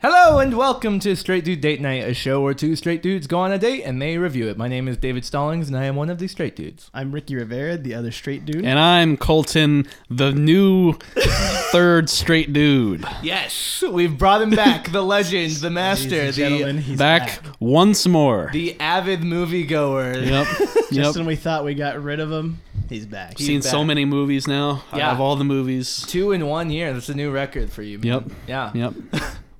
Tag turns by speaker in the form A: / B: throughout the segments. A: Hello and welcome to Straight Dude Date Night, a show where two straight dudes go on a date and they review it. My name is David Stallings and I am one of the straight dudes.
B: I'm Ricky Rivera, the other straight dude.
C: And I'm Colton, the new third straight dude.
A: Yes, we've brought him back, the legend, the master,
B: Ladies and gentlemen,
A: the,
B: he's
C: Back once more.
A: the avid moviegoer.
C: Yep.
B: Just
C: Yep.
B: when we thought we got rid of him, he's back.
A: He's
C: Seen so
A: back.
C: many movies now.
A: Yeah.
C: Out of all the movies.
A: Two in one year. That's a new record for you. man.
C: Yep.
A: Yeah.
C: Yep.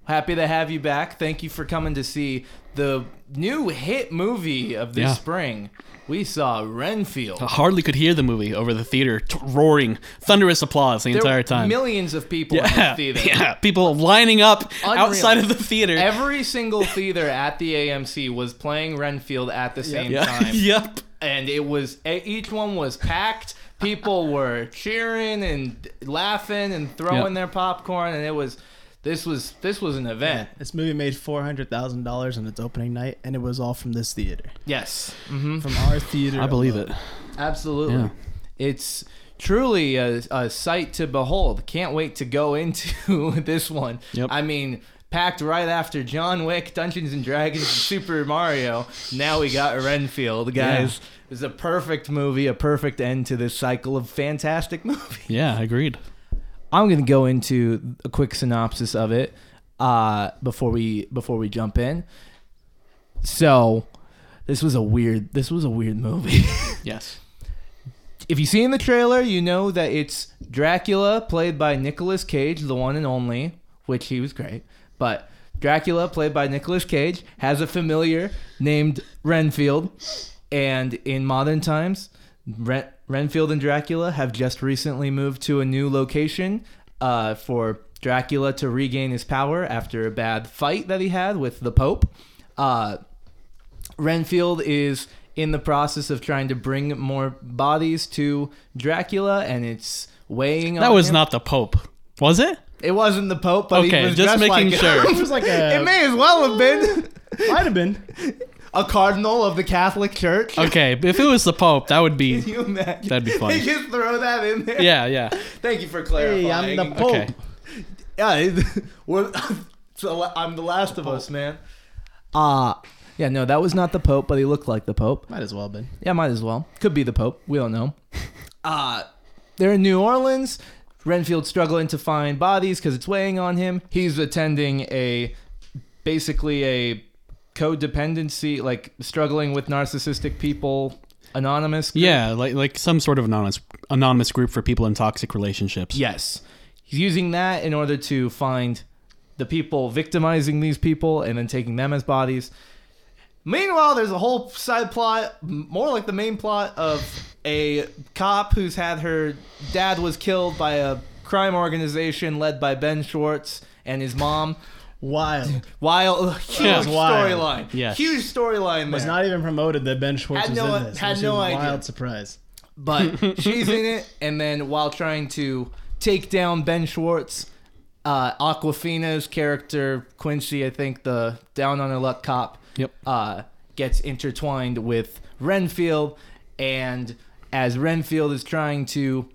A: Happy to have you back. Thank you for coming to see the new hit movie of the
C: Yeah.
A: spring. We saw Renfield.
C: I hardly could hear the movie over the theater, t- roaring, thunderous applause the
A: There were
C: entire time.
A: Millions of people
C: yeah.
A: in the theater.
C: yeah. People lining up
A: Unreal.
C: outside of the theater.
A: Every single theater at the AMC was playing Renfield at the same
C: yeah.
A: time.
C: yep.
A: And it was, e- each one was packed. People were cheering and laughing and throwing
C: Yep.
A: their popcorn. And it was, this was, this was an event.
B: This movie made four hundred thousand dollars on its opening night, and it was all from this theater,
A: Yes. hmm
B: from our theater.
C: I believe
B: alone.
C: it.
A: Absolutely.
C: Yeah.
A: It's truly a, a sight to behold. Can't wait to go into this one.
C: Yep.
A: I mean, packed right after John Wick, Dungeons and Dragons, and Super Mario. Now we got Renfield, guys. It's a perfect movie, a perfect end to this cycle of fantastic movies.
C: Yeah, agreed.
A: I'm gonna go into a quick synopsis of it uh, before we before we jump in. So, this was a weird this was a weird movie.
C: Yes.
A: if you see in the trailer, you know that it's Dracula played by Nicolas Cage, the one and only, which he was great. But Dracula played by Nicolas Cage has a familiar named Renfield, and in modern times, Ren- Renfield and Dracula have just recently moved to a new location uh, for Dracula to regain his power after a bad fight that he had with the Pope. Uh, Renfield is in the process of trying to bring more bodies to Dracula, and it's weighing.
C: That
A: on
C: was
A: him.
C: not the Pope. Was it?
A: It wasn't the Pope, but he
C: Okay,
A: was
C: just
A: dressed
C: making
A: like
C: sure.
B: It was like
A: It.
B: a
A: it may as well have been
B: might have been.
A: a cardinal of the Catholic Church.
C: Okay. If it was the Pope, that would
A: Can
C: be.
A: you imagine?
C: That'd be funny.
A: They just throw that in there.
C: Yeah, yeah.
A: Thank you for
B: Hey,
A: clarifying.
B: I'm the Pope.
C: Okay.
A: Yeah, it- we're, it's the la- I'm the Last of Us, man. Ah, yeah. No, that was not the Pope, but he looked like the Pope.
B: Might as well have been.
A: Yeah, might as well. Could be the Pope. We don't know. Uh, they're in New Orleans. Renfield's struggling to find bodies because it's weighing on him. He's attending a basically a codependency, like struggling with narcissistic people, anonymous. group.
C: Yeah, like like some sort of anonymous anonymous group for people in toxic relationships.
A: Yes. He's using that in order to find the people victimizing these people and then taking them as bodies. Meanwhile, there's a whole side plot, m- more like the main plot of a cop who's had her dad was killed by a crime organization led by Ben Schwartz and his mom.
B: Wild.
A: Wild, huge
C: Yeah.
B: Wild.
A: storyline.
C: Yes.
A: Huge storyline.
B: was
A: there.
B: not even promoted that Ben Schwartz
A: Had
B: was
A: no-
B: in this.
A: had
B: which is
A: no
B: a
A: idea.
B: Wild surprise.
A: but she's in it. And then while trying to take down Ben Schwartz, uh, Aquafina's character Quincy, I think the down on her luck cop,
C: Yep.
A: uh, gets intertwined with Renfield, and as Renfield is trying to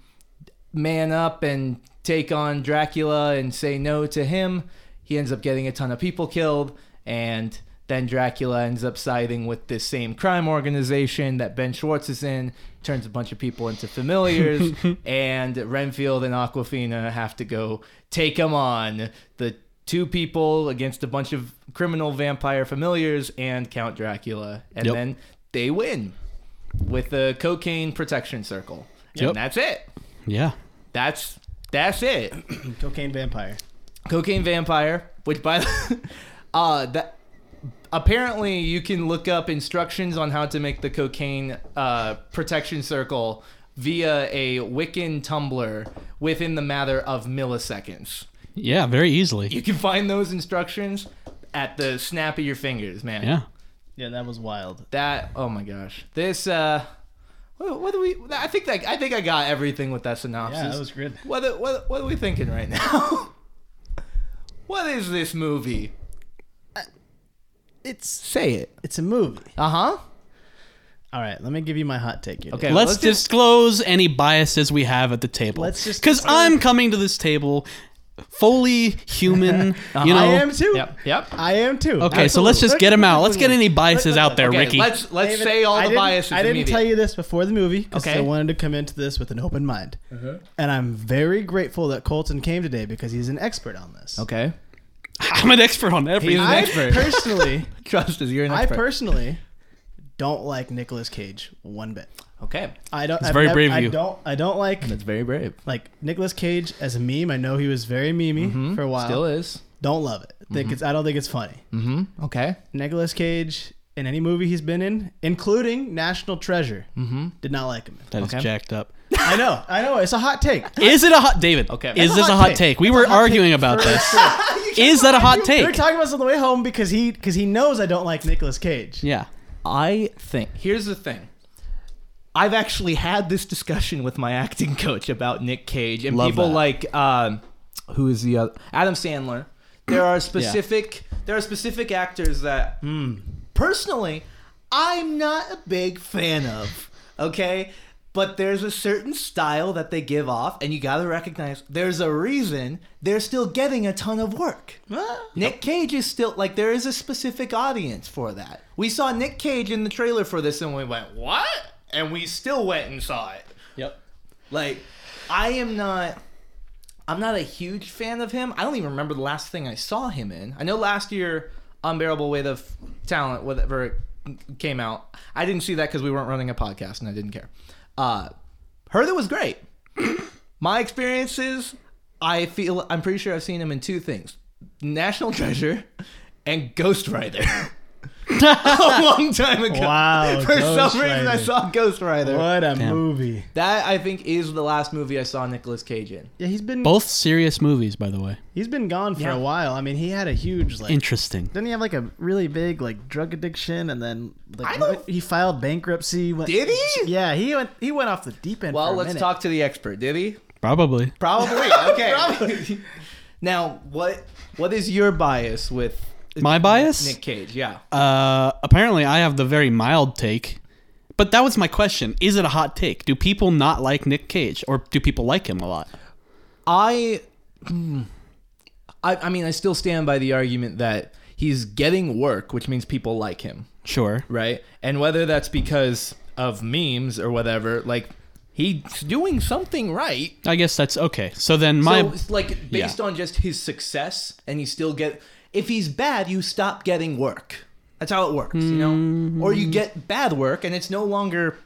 A: man up and take on Dracula and say no to him, he ends up getting a ton of people killed, and then Dracula ends up siding with this same crime organization that Ben Schwartz is in, turns a bunch of people into familiars, and Renfield and Aquafina have to go take him on the two people against a bunch of criminal vampire familiars and Count Dracula, and
C: Yep.
A: then they win with the cocaine protection circle,
C: Yep.
A: and that's it.
C: Yeah.
A: That's that's it.
B: Cocaine vampire.
A: Cocaine vampire, which by the uh that apparently you can look up instructions on how to make the cocaine uh protection circle via a Wiccan Tumblr within the matter of milliseconds.
C: Yeah, very easily.
A: You can find those instructions at the snap of your fingers, man.
C: Yeah.
B: Yeah, that was wild.
A: That oh my gosh. This uh what, what do we I think that I think I got everything with that synopsis.
B: Yeah, that was good.
A: What, are- what, what are we thinking right now? what is this movie?
B: It's
A: Say it.
B: it's a movie.
A: Uh huh.
B: All right, let me give you my hot take. Here,
A: Okay,
C: Let's,
A: let's just-
C: disclose any biases we have at the table.
B: Let's just
C: because
B: disclose-
C: I'm coming to this table fully human. You know.
B: I am too.
A: Yep. Yep.
B: I am too.
C: Okay, so let's just get him out. Let's get any biases out there,
A: Okay,
C: Ricky.
A: let's let's
B: David,
A: say all
B: I
A: the
B: didn't-
A: biases.
B: I didn't
A: immediate.
B: tell you this before the movie because
A: Okay.
B: I wanted to come into this with an open mind. And I'm very grateful that Colton came today because he's an expert on this.
A: Okay.
C: I'm an expert on everything.
A: He's an
B: I
A: expert.
B: personally,
A: Trust is you're an
B: I
A: expert.
B: personally don't like Nicolas Cage one bit.
A: okay.
B: I don't.
C: It's
B: I've
C: very
B: nev-
C: brave of
B: I
C: you.
B: don't. I don't like
A: That's very brave.
B: like Nicolas Cage as a meme. I know he was very memey
A: Mhm.
B: for a while.
A: Still is.
B: Don't love it. Think it's. I don't think it's funny.
A: Mm-hmm. Okay.
B: Nicolas Cage in any movie he's been in, including National Treasure,
A: Mm-hmm.
B: did not like him.
C: That is
A: Okay.
C: jacked up.
B: I know. I know. It's a hot take.
C: Is it a hot David?
A: Okay.
C: Is
A: That's
C: this a hot take? We
B: That's
C: were
B: a hot
C: arguing
B: take
C: about
B: for
C: this.
B: sure.
C: Is that a hot
B: We were
C: take?
B: talking about this on the way home because he because he knows I don't like Nicolas Cage.
C: Yeah.
A: I think here's the thing. I've actually had this discussion with my acting coach about Nick Cage and
C: Love
A: people
C: that.
A: like um, who is the other Adam Sandler. There are specific there are specific actors that personally I'm not a big fan of. Okay, but there's a certain style that they give off, and you gotta recognize there's a reason they're still getting a ton of work. Nick Cage is still like there is a specific audience for that. We saw Nick Cage in the trailer for this and we went, "What?" and we still went and saw it.
C: Yep.
A: Like I am not I'm not a huge fan of him. I don't even remember the last thing I saw him in. I know last year Unbearable Weight of Talent whatever it came out. I didn't see that cuz we weren't running a podcast and I didn't care. Uh heard it was great. My experiences, I feel I'm pretty sure I've seen him in two things: National Treasure and Ghost Rider. a long time ago.
B: Wow,
A: For
B: Ghost
A: some reason, I
B: Rider.
A: saw Ghost Rider.
B: What a movie.
A: That I think is the last movie I saw Nicolas Cage in.
B: Yeah, he's been
C: Both serious movies, by the way.
B: he's been gone for
A: Yeah.
B: a while. I mean, he had a huge like.
C: Interesting.
B: didn't he have like a really big like drug addiction and then
A: I
B: like
A: don't-
B: he filed bankruptcy? Went,
A: Did he?
B: Yeah, he went he went off the deep end.
A: Well,
B: for a
A: let's
B: minute.
A: talk to the expert. Did he?
C: Probably.
A: Probably. Okay. Now, what what is your bias with
C: My bias?
A: Nick Cage? Yeah.
C: Uh, apparently, I have the very mild take. But that was my question. Is it a hot take? Do people not like Nick Cage, or do people like him a lot?
A: I, hmm, I, I mean, I still stand by the argument that he's getting work, which means people like him,
C: Sure.
A: right? And whether that's because of memes or whatever, like he's doing something right.
C: I guess that's okay. So then my
A: so it's like based on just his success, and you still get. If he's bad, you stop getting work. That's how it works, you know. Or you get bad work, and it's no longer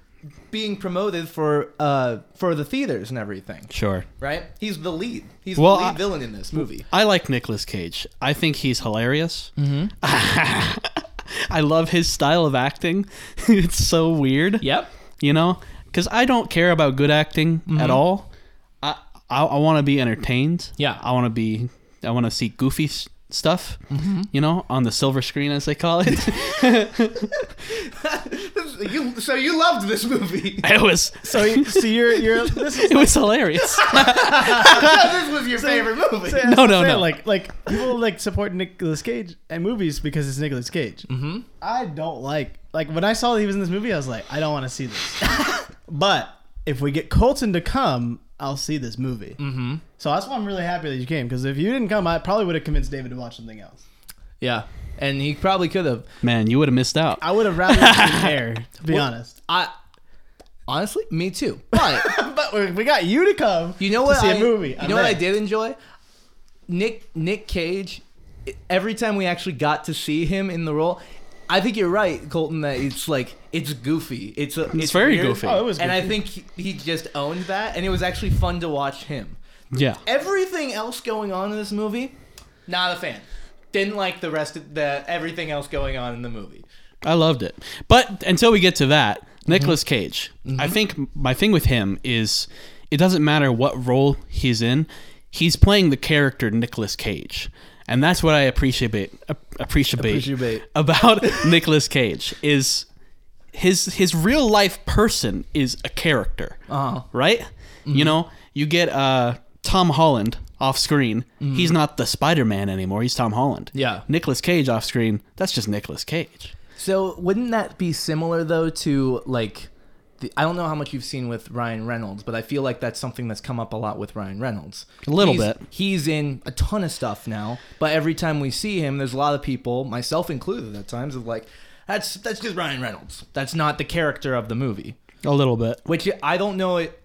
A: being promoted for uh for the theaters and everything.
C: sure.
A: Right? He's the lead. He's
C: Well,
A: the lead
C: I-
A: villain in this movie.
C: I like Nicolas Cage. I think he's hilarious.
A: Mm-hmm.
C: I love his style of acting. it's so weird.
A: Yep.
C: You know, because I don't care about good acting at all. I I, I want to be entertained.
A: Yeah.
C: I want to be. I want to see goofy s- stuff. You know, on the silver screen as they call it.
A: you, so you loved this movie.
C: it was.
B: So, he, so you're you're this is
C: It was hilarious.
A: this was your favorite movie.
B: So,
C: No,
B: I'm
C: no,
B: saying,
C: no.
B: Like, like people like support Nicolas Cage and movies because it's Nicolas Cage. Mm-hmm. I don't like like when I saw that he was in this movie, I was like, I don't want to see this. but if we get Colton to come, I'll see this movie. Mm-hmm. So that's why I'm really happy that you came because if you didn't come, I probably would have convinced David to watch something else.
A: Yeah. And he probably could have.
C: Man, you would have missed out.
B: I would have rather been there, to be
A: Well-
B: honest.
A: I honestly, me too. But
B: But we, we got you to come.
A: You know
B: to
A: what?
B: see a
A: I-
B: movie.
A: You
B: I'm
A: know what I
B: there.
A: did enjoy? Nick Nick Cage. Every time we actually got to see him in the role, I think you're right, Colton. That it's like it's goofy. It's a, it's,
C: very
A: weird.
C: goofy.
B: Oh, it was
A: and I
B: goofy.
A: think he, he just owned that, and it was actually fun to watch him.
C: Yeah.
A: Everything else going on in this movie, not a fan. Didn't like the rest of the everything else going on in the movie.
C: I loved it. But until we get to that,
A: Mm-hmm.
C: Nicolas Cage. I think my thing with him is it doesn't matter what role he's in, he's playing the character Nicolas Cage. And that's what I appreciate ap- appreciate,
A: Appreciate.
C: about Nicolas Cage is his his real life person is a character.
A: Uh-huh.
C: Right? You know, you get uh Tom Holland off screen. He's not the Spider-Man anymore. He's Tom Holland.
A: Mm-hmm. Yeah.
C: Nicolas Cage off screen. That's just Nicolas Cage.
A: So wouldn't that be similar though to like the, I don't know how much you've seen with Ryan Reynolds, but I feel like that's something that's come up a lot with Ryan Reynolds.
C: A little
A: He's-
C: bit.
A: He's in a ton of stuff now, but every time we see him, there's a lot of people, myself included, at times of like, that's that's just Ryan Reynolds. That's not the character of the movie.
C: A little bit.
A: Which I don't know. It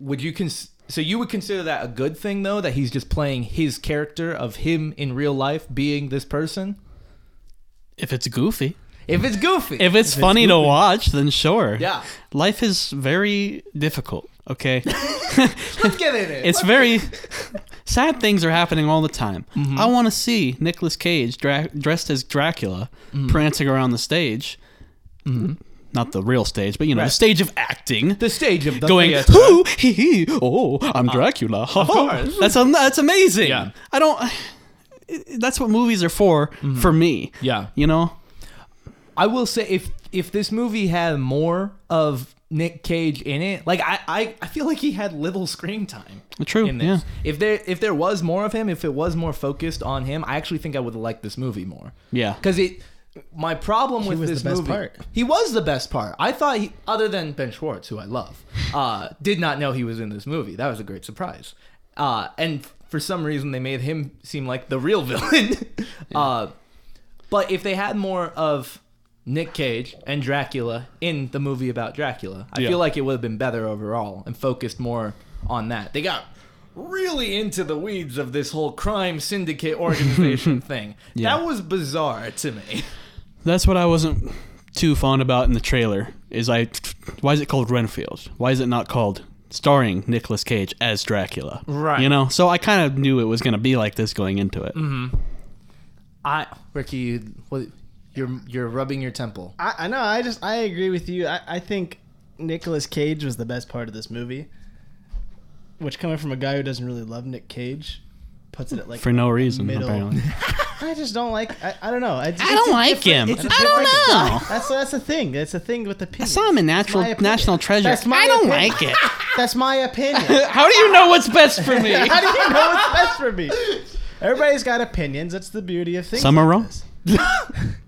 A: would you cons- so you would consider that a good thing though that he's just playing his character of him in real life being this person.
C: If it's goofy.
A: If it's goofy,
C: If it's funny to watch, then sure.
A: Yeah.
C: Life is very difficult, okay?
A: let's get in it.
C: It's very sad things are happening all the time.
A: Mm-hmm.
C: I want to see Nicolas Cage dra- dressed as Dracula
A: Mm-hmm.
C: prancing around the stage. Not the real stage, but you know, the
A: Right.
C: stage of acting.
A: the stage of the
C: Going,
A: theater.
C: who? Hee hee. Oh, I'm Dracula. Ha ha."
A: course.
C: That's am- that's amazing.
A: Yeah.
C: I don't. That's what movies are for, for me.
A: Mm-hmm. Yeah.
C: You know?
A: I will say if if this movie had more of Nick Cage in it, like I I, I feel like he had little screen time.
C: True.
A: In
C: Yeah.
A: this. If there if there was more of him, if it was more focused on him, I actually think I would have liked this movie more.
C: Yeah.
A: Because it my problem with
B: was
A: this
B: the best
A: movie
B: part.
A: he was the best part. I thought he other than Ben Schwartz, who I love, uh, did not know he was in this movie. That was a great surprise. Uh, and for some reason they made him seem like the real villain. uh, but if they had more of Nick Cage and Dracula in the movie about Dracula, I
C: Yeah.
A: feel like it would have been better overall and focused more on that. They got really into the weeds of this whole crime syndicate organization thing. That was bizarre to me.
C: That's what I wasn't too fond about in the trailer. Is I why is it called Renfield? Why is it not called starring Nicolas Cage as Dracula?
A: Right.
C: You know, so I kind of knew it was going to be like this going into it.
B: Mm-hmm.
A: I Ricky, you- what, you're you're rubbing your temple.
B: I, I know. I just I agree with you. I, I think Nicolas Cage was the best part of this movie, which coming from a guy who doesn't really love Nick Cage, puts it at like
C: For no reason,
B: Middle.
C: apparently.
B: I just don't like. I, I don't know. I,
C: I don't like him.
B: it's a
C: I don't
B: different
C: know.
B: guy. That's that's the thing. That's the thing with the.
C: I saw him in Natural
B: my opinion.
C: National Treasure.
B: That's my
C: I don't
B: opinion.
C: like it.
B: That's my opinion.
C: How do you know what's best for me?
B: How do you know what's best for me? Everybody's got opinions. That's the beauty of things.
C: Some
B: like
C: are wrong.
B: this.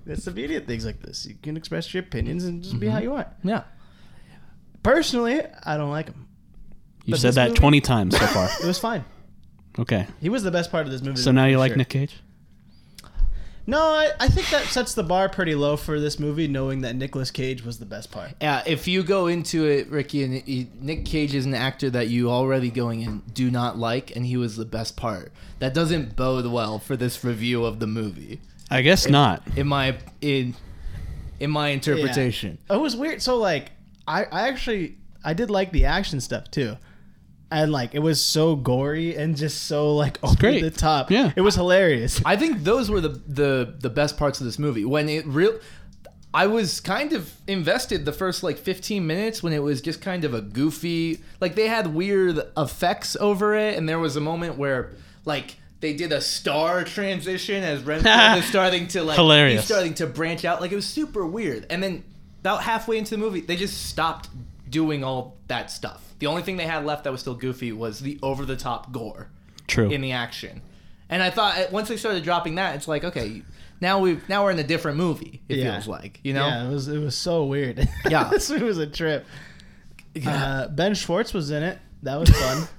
B: That's the beauty of things like this. You can express your opinions and just
C: Mm-hmm.
B: be how you want.
A: Yeah.
B: Personally, I don't like him.
C: You've
B: But
C: said
B: this
C: that
B: movie-
C: 20 times so far.
B: It was fine.
C: Okay.
B: He was the best part of this movie.
C: So now you
B: for
C: like
B: sure.
C: Nick Cage?
B: No, I, I think that sets the bar pretty low for this movie, knowing that Nicolas Cage was the best part.
A: Yeah, if you go into it, Ricky, and you- Nick Cage is an actor that you already going in do not like, and he was the best part. That doesn't bode well for this review of the movie,
C: I guess not.
A: in my in in my interpretation.
B: It was weird. So like, I, I actually I did like the action stuff too, and like it was so gory and just so like over
C: great.
B: the top.
C: Yeah.
B: it was hilarious.
A: I think those were the the the best parts of this movie. When it real, I was kind of invested the first like 15 minutes when it was just kind of a goofy. Like they had weird effects over it, and there was a moment where like. They did a star transition as Renfield is starting to like
C: Hilarious.
A: he's starting to branch out. Like it was super weird. And then about halfway into the movie, they just stopped doing all that stuff. The only thing they had left that was still goofy was the over the top gore
C: True.
A: in the action. And I thought eh, once they started dropping that, it's like okay, now we now we're in a different movie. It
B: Yeah.
A: feels like you know.
B: Yeah, it was it was so weird.
A: Yeah.
B: this movie was a trip. Uh, ben Schwartz was in it. That was fun.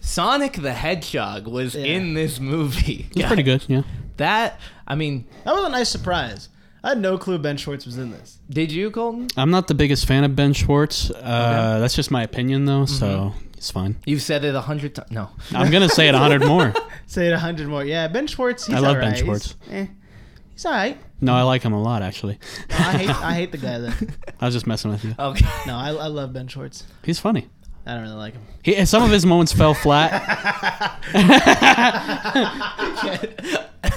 A: Sonic the Hedgehog was in this movie.
C: It's pretty good, yeah.
A: That I mean,
B: that was a nice surprise. I had no clue Ben Schwartz was in this.
A: did you, Colton?
C: I'm not the biggest fan of Ben Schwartz. Uh, That's just my opinion, though,
B: Mm-hmm.
C: so it's fine.
A: You've said it a hundred times. No,
C: I'm gonna say it a hundred more.
B: Say it a hundred more. Yeah, Ben Schwartz. He's
C: I love Ben
B: alright. He's-
C: Schwartz.
B: eh, he's all right.
C: No, I like him a lot actually.
B: I hate I hate the guy though.
C: I was just messing with you.
B: Uh,
A: okay.
B: No, I, I love Ben Schwartz.
C: He's funny.
B: I don't really like him.
C: He, some of his moments fell flat.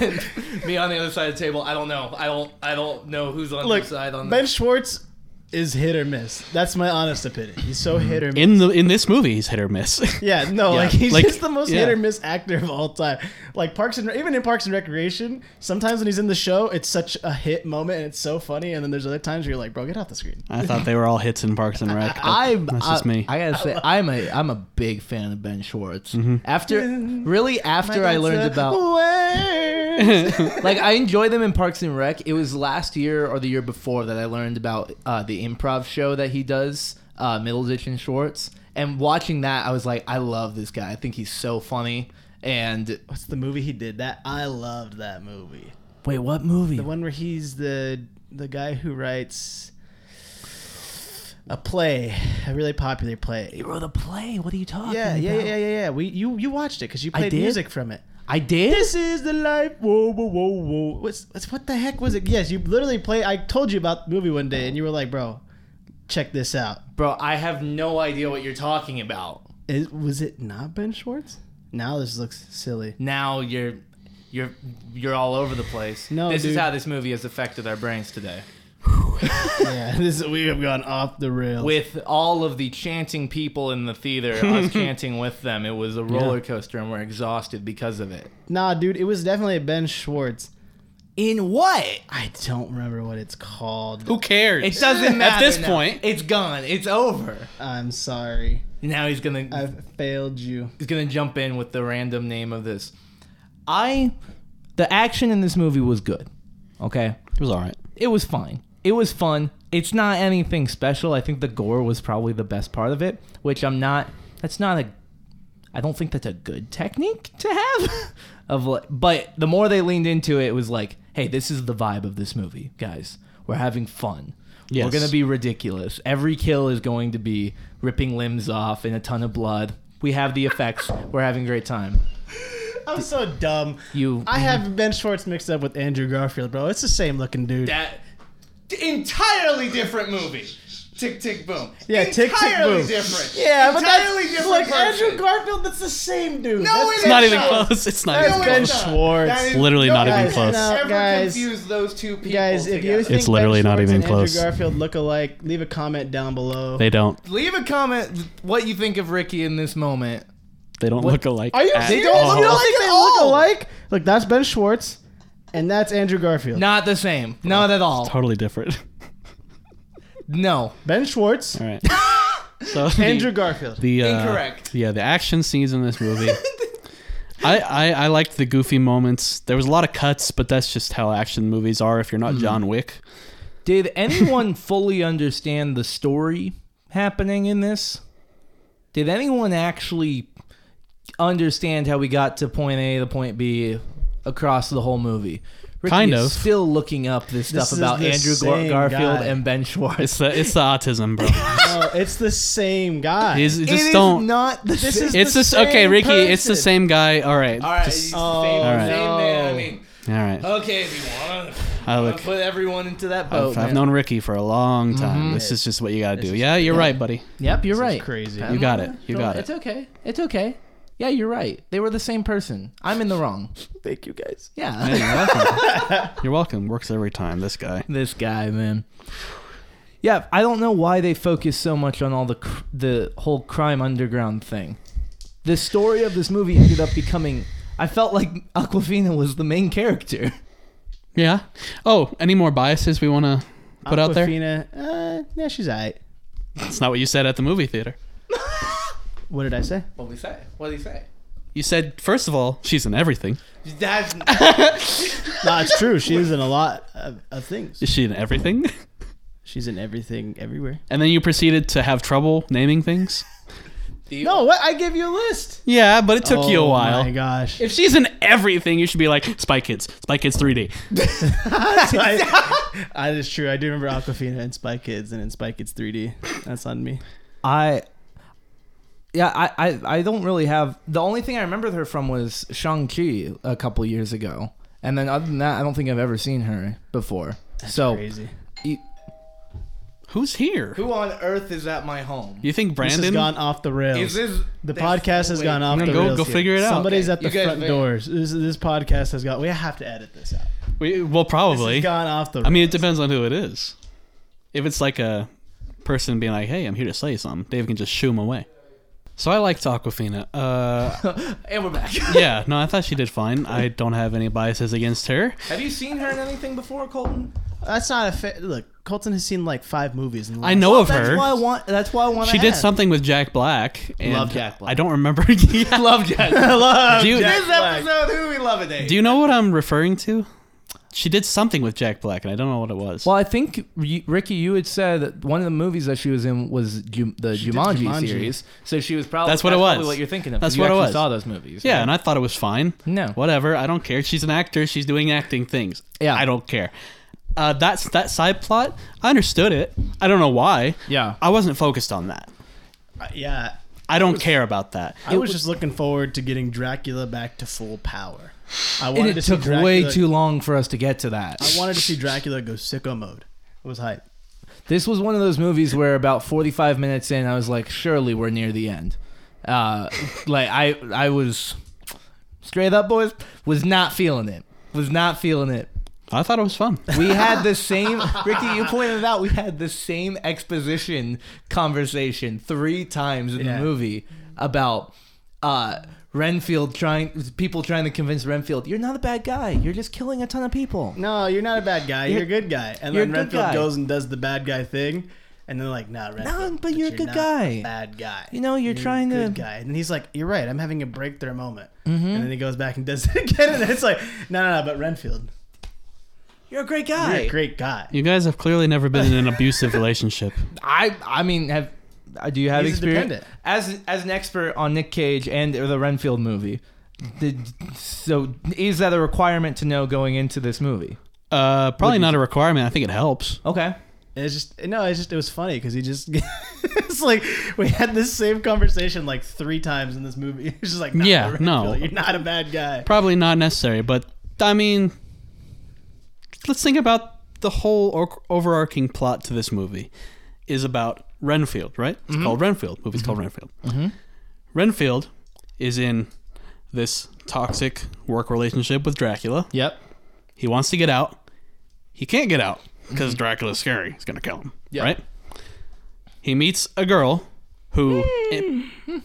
A: And me on the other side of the table. I don't know. I don't. I don't know who's on
B: Look,
A: whose side on
B: Ben
A: this.
B: Schwartz is hit or miss. That's my honest opinion. He's so hit or miss.
C: Mm. In the in this movie, he's hit or miss.
B: yeah, no, like he's
C: Like,
B: just the most hit
C: yeah.
B: or miss actor of all time. Like Parks and even in Parks and Recreation, sometimes when he's in the show, it's such a hit moment and it's so funny. And then there's other times where you're like, bro, get off the screen.
C: I thought they were all hits in Parks and Rec. but
A: I'm
C: that's just
B: uh,
A: I-
C: me.
A: I gotta say, I'm a I'm a big fan of Ben Schwartz.
C: Mm-hmm.
A: After really after I
B: That's
A: learned
B: a
A: about
B: word.
A: like I enjoy them in Parks and Rec. It was last year or the year before that I learned about uh, the improv show that he does uh, Middleditch and Schwartz. And watching that, I was like, I love this guy. I think he's so funny. And
B: What's the movie he did? That I loved that movie.
A: wait, what movie?
B: The one where he's the the guy who writes a play, a really popular play.
A: he wrote a play. What are you talking
B: Yeah,
A: about?
B: yeah, yeah, yeah, yeah. We you you watched it because you played
A: did?
B: music from it.
A: I did.
B: This is the life. Whoa, whoa, whoa, whoa. What's, what's what the heck was it? Yes, you literally play. I told you about the movie one day, and you were like, "Bro, check this out."
A: Bro, I have no idea what you're talking about.
B: Is, was it not Ben Schwartz? Now this looks silly.
A: Now you're you're you're all over the place.
B: No,
A: this is
B: dude.
A: how this movie has affected our brains today.
B: yeah, this we have gone off the rails.
A: With all of the chanting people in the theater, us chanting with them, it was a roller coaster and we're exhausted because of it.
B: Nah, dude, it was definitely Ben Schwartz.
A: In what?
B: I don't remember what it's called.
C: Who cares?
A: It doesn't matter.
C: At this
A: now.
C: point,
A: it's gone. It's over.
B: I'm sorry.
A: Now he's gonna
B: I've failed you.
A: he's gonna jump in with the random name of this. I, the action in this movie was good. Okay,
C: it was all right.
A: it was fine. It was fun. It's not anything special. I think the gore was probably the best part of it, which I'm not. That's not a. I don't think that's a good technique to have. of like, but the more they leaned into it, it was like, hey, this is the vibe of this movie, guys. We're having fun. We're
C: Yes.
A: gonna be ridiculous. Every kill is going to be ripping limbs off and a ton of blood. We have the effects. We're having a great time.
B: I'm so dumb.
A: You.
B: I have Ben Schwartz mixed up with Andrew Garfield, bro. It's the same looking dude.
A: that entirely different movie. Tick tick boom.
B: yeah, tick tick boom. Yeah, but that's like Andrew Garfield. That's the same dude.
A: No,
B: that's
A: it
C: It's not
A: That
C: even
A: shows.
C: close. It's not
B: That's
C: even
B: Ben
C: close.
A: not.
B: Schwartz.
A: That is-
C: Literally not even close.
B: No, guys.
A: confuse those two people.
B: Guys, if you
A: together.
B: think ben
C: literally not
B: Schwartz
C: even
B: and
C: close.
B: Andrew Garfield look alike, leave a comment down below.
C: They don't.
A: leave a comment what you think of Ricky in this moment.
C: They don't look alike.
B: Are you
C: at
B: serious?
C: all.
B: You don't think
A: at
B: they look
A: all.
B: alike? Look, that's Ben Schwartz, and that's Andrew Garfield.
A: Not the same. Not at all.
C: Totally different.
A: No.
B: Ben Schwartz,
C: All right. So
B: Andrew Garfield.
C: the uh,
A: Incorrect.
C: Yeah, the action scenes in this movie. I, I I liked the goofy moments. There was a lot of cuts, but that's just how action movies are. If you're not John Wick,
A: Did anyone fully understand the story happening in this? Did anyone actually understand how we got to point A to point B across the whole movie? Ricky
C: Kind
A: is
C: of.
A: still looking up this stuff
B: This is
A: about
B: the
A: Andrew Gar-
B: same
A: Garfield
B: guy.
A: and Ben Schwartz.
C: it's the it's the autism, bro.
B: No, it's the same guy.
C: He's,
A: It
C: just
A: is
C: don't.
A: not the
B: This
A: same.
B: is-
C: it's
B: the
C: just okay,
B: same
C: Ricky. It's the
B: person.
C: same guy. All right.
A: All right,
C: just-
A: he's the
B: Oh,
A: same,
B: all right.
A: same man. I
B: no.
A: mean,
C: all right.
A: okay, if you want
C: I
A: to
C: look.
A: put everyone into that boat.
C: I've,
A: Oh, man.
C: I've known Ricky for a long time. This is just what you gotta do. Yeah, you're right, buddy.
A: yep, you're
B: This is
A: right.
B: crazy.
A: Pat
C: You
A: him
C: got
A: on
C: it.
A: the-
C: You
A: Don't-
C: got it.
A: It's okay. It's okay. Yeah, you're right. They were the same person. I'm in the wrong.
B: Thank you guys.
A: Yeah.
C: You're welcome. you're welcome. Works every time. This guy.
A: this guy, man. Yeah, I don't know why they focus so much on all the cr- the whole crime underground thing. The story of this movie ended up becoming. I felt like Aquafina was the main character.
C: Yeah. Oh, any more biases we want to put out there?
B: Aquafina, uh, yeah, she's alright.
C: That's not what you said at the movie theater.
B: What did I say?
A: What we say? What do you say?
C: You said first of all, she's in everything.
A: That's
B: No, it's true. She's in a lot of, of things.
C: Is she in everything?
B: She's in everything, everywhere.
C: And then you proceeded to have trouble naming things.
B: No, what? I gave you a list.
C: Yeah, but it took you a
B: Oh
C: while.
B: my gosh.
C: If she's in everything, you should be like Spy Kids, Spy Kids 3D.
B: I, I, that is true. I do remember Aquafina and Spy Kids and in Spy Kids 3D. That's on me.
A: I. Yeah, I, I, I don't really have. The only thing I remember her from was Shang-Chi a couple years ago. And then other than that, I don't think I've ever seen her before. so,
B: Crazy.
C: Who's here?
A: who on earth is at my home?
C: You think
B: This
C: Brandon?
B: has gone off the rails.
A: Is this
B: The
A: this-
B: podcast has
A: wait.
B: gone off
C: I'm
B: the
C: gonna go-
B: rails.
C: go
B: here.
C: figure it out.
B: Somebody's
A: Okay,
B: at the
A: you guys
B: front
A: may-
B: doors. This, this podcast has gone. We have to edit this out.
C: we, well,
B: This has
C: probably.
B: gone off the. Rails.
C: I mean, it depends on who it is. If it's like a person being like, "Hey, I'm here to say something," Dave can just shoo him away. So I liked Aquafina. Uh,
A: And we're back.
C: yeah, no, I thought she did fine. I don't have any biases against her.
A: Have you seen her in anything before, Colton?
B: that's not a fa- look. Colton has seen like five movies. In the
C: I
B: last-
C: know of
A: That's
C: her.
A: why I want. That's why I want.
C: She did something with Jack Black. And
B: Love Jack Black.
C: I don't remember. Yeah.
A: Love Jack.
B: I love
C: Do you-
B: Jack
A: this
B: Black.
A: episode, who we love a day.
C: Do you know what I'm referring to? she did something with Jack Black, and I don't know what it was.
A: Well, I think R- Ricky, you had said that one of the movies that she was in was Ju- the
B: did
A: Jumanji,
B: Jumanji.
A: series, so she was probably
C: That's what it was.
A: probably What you're thinking of?
C: That's
A: you
C: what it
A: actually
C: was.
A: Saw those movies?
C: yeah,
A: right?
C: and I thought it was fine.
A: No.
C: whatever. I don't care. She's an actor. She's doing acting things.
A: Yeah.
C: I don't care. Uh, that's that side plot. I understood it. I don't know why.
A: Yeah.
C: I wasn't focused on that.
B: Uh, yeah,
C: I don't care about that.
B: I was just looking forward to getting Dracula back to full power. I wanted
A: and it
B: to
A: took
B: see Dracula,
A: way too long for us to get to that.
B: I wanted to see Dracula go sicko mode. It was hype.
A: This was one of those movies where about 45 minutes in, I was like, surely we're near the end. Uh, like I, I was straight up, boys, was not feeling it. Was not feeling it.
C: I thought it was fun.
A: We had the same, Ricky. You pointed it out. We had the same exposition conversation three times in
B: Yeah.
A: the movie about uh, Renfield trying, people trying to convince Renfield, you're not a bad guy. You're just killing a ton of people.
B: No, you're not a bad guy. You're, a good guy. And
A: you're a
B: then
A: good
B: Renfield
A: guy.
B: goes and does the bad guy thing. And they're like, nah, Renfield.
A: but you're a good
B: not
A: guy.
B: a bad guy.
A: You know, you're trying
B: a good
A: to-
B: guy. And he's like, you're right. I'm having a breakthrough moment.
A: Mm-hmm.
B: And then he goes back and does it again. And it's like, no, no, no. But Renfield,
A: You're a great
B: you're
A: guy.
B: a great guy.
C: You guys have clearly never been in an abusive relationship.
A: I I mean have uh, do you have
B: He's
A: experience
B: independent.
A: as as an expert on Nick Cage and the Renfield movie? Did, so is that a requirement to know going into this movie?
C: Uh, probably not a requirement. I think it helps.
A: Okay,
B: And it's just no, it's just it was funny because he just it's like we had this same conversation like three times in this movie. It's just like nah,
C: Yeah,
B: Renfield,
C: no.
B: you're not a bad guy.
C: Probably not necessary, but I mean, let's think about the whole or- overarching plot to this movie is about Renfield, right? It's
A: Mm-hmm.
C: called Renfield. Movie's called Renfield. Renfield is in this toxic work relationship with Dracula.
A: yep,
C: He wants to get out. He can't get out because Dracula's scary. He's gonna kill him.
A: Mm-hmm. Yeah.
C: Right? He meets a girl who eh,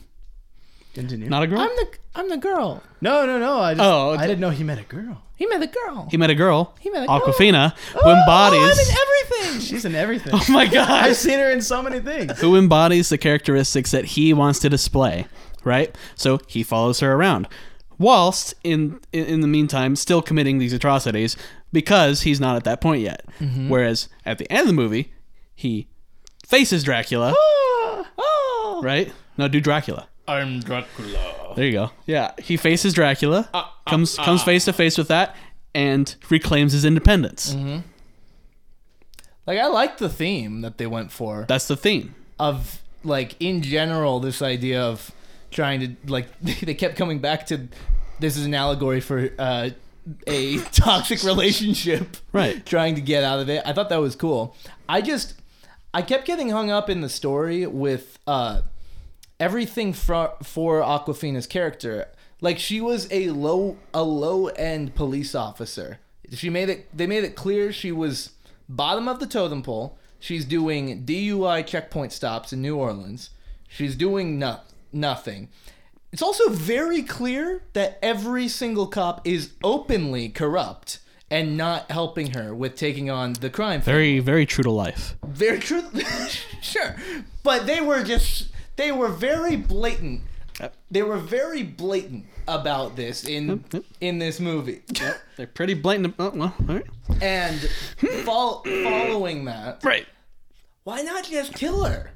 B: Continue.
C: not a girl.
A: the Mm. I'm the girl.
B: no, no, no. I just
C: Oh,
B: I didn't know he met a girl.
A: He met the girl.
C: he met a girl.
A: He met a girl. Oh,
C: Aquafina who embodies.
A: everything.
B: She's in everything.
C: Oh my god.
B: I've seen her in so many things.
C: who embodies the characteristics that he wants to display, right? So he follows her around, whilst in in, in the meantime still committing these atrocities because he's not at that point yet. Whereas at the end of the movie, he faces Dracula, Ah! right? No, do Dracula.
A: I'm Dracula.
C: There you go. Yeah, he faces Dracula, comes comes face to face with that, and reclaims his independence.
A: Like I like the theme that they went for.
C: That's the theme.
A: of like in general this idea of trying to like they kept coming back to this is an allegory for uh, a toxic relationship
C: Right.
A: trying to get out of it i thought that was cool i just i kept getting hung up in the story with uh everything for, for Aquafina's character. Like she was a low a low end police officer. She made it they made it clear she was bottom of the totem pole. She's doing DUI checkpoint stops in New Orleans. She's doing no, nothing. It's also very clear that every single cop is openly corrupt and not helping her with taking on the crime.
C: Very very true to life.
A: Very true. sure. But they were just, they were very blatant. They were very blatant about this in
C: yep.
A: in this movie.
C: They're pretty blatant. Oh, well, all right.
A: and fol- following that,
C: Right.
A: why not just kill her?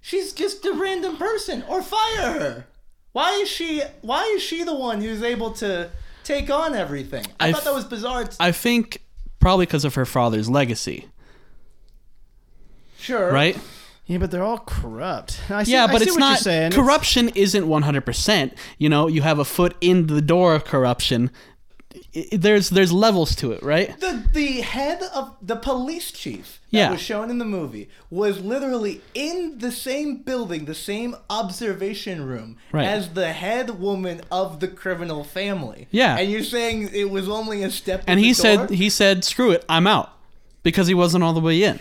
A: She's just a random person or fire her. Why is she why is she the one who's able to take on everything? I,
C: I
A: thought that
C: f-
A: was bizarre. It's-
C: I think probably because of her father's legacy,
A: sure.
C: right?
B: Yeah, but they're all corrupt. I see,
C: Yeah,
B: I
C: but
B: see
C: it's
B: what you're
C: not
B: saying.
C: corruption. Isn't one hundred percent. You know, you have a foot in the door of corruption. I- I- There's there's levels to it, right?
A: the the head of the police chief that
C: Yeah.
A: was shown in the movie was literally in the same building, the same observation room
C: Right.
A: as the head woman of the criminal family.
C: Yeah.
A: and you're saying it was only a step. in
C: And
A: the
C: he said
A: door?
C: he said, "Screw it, I'm out," because he wasn't all the way in.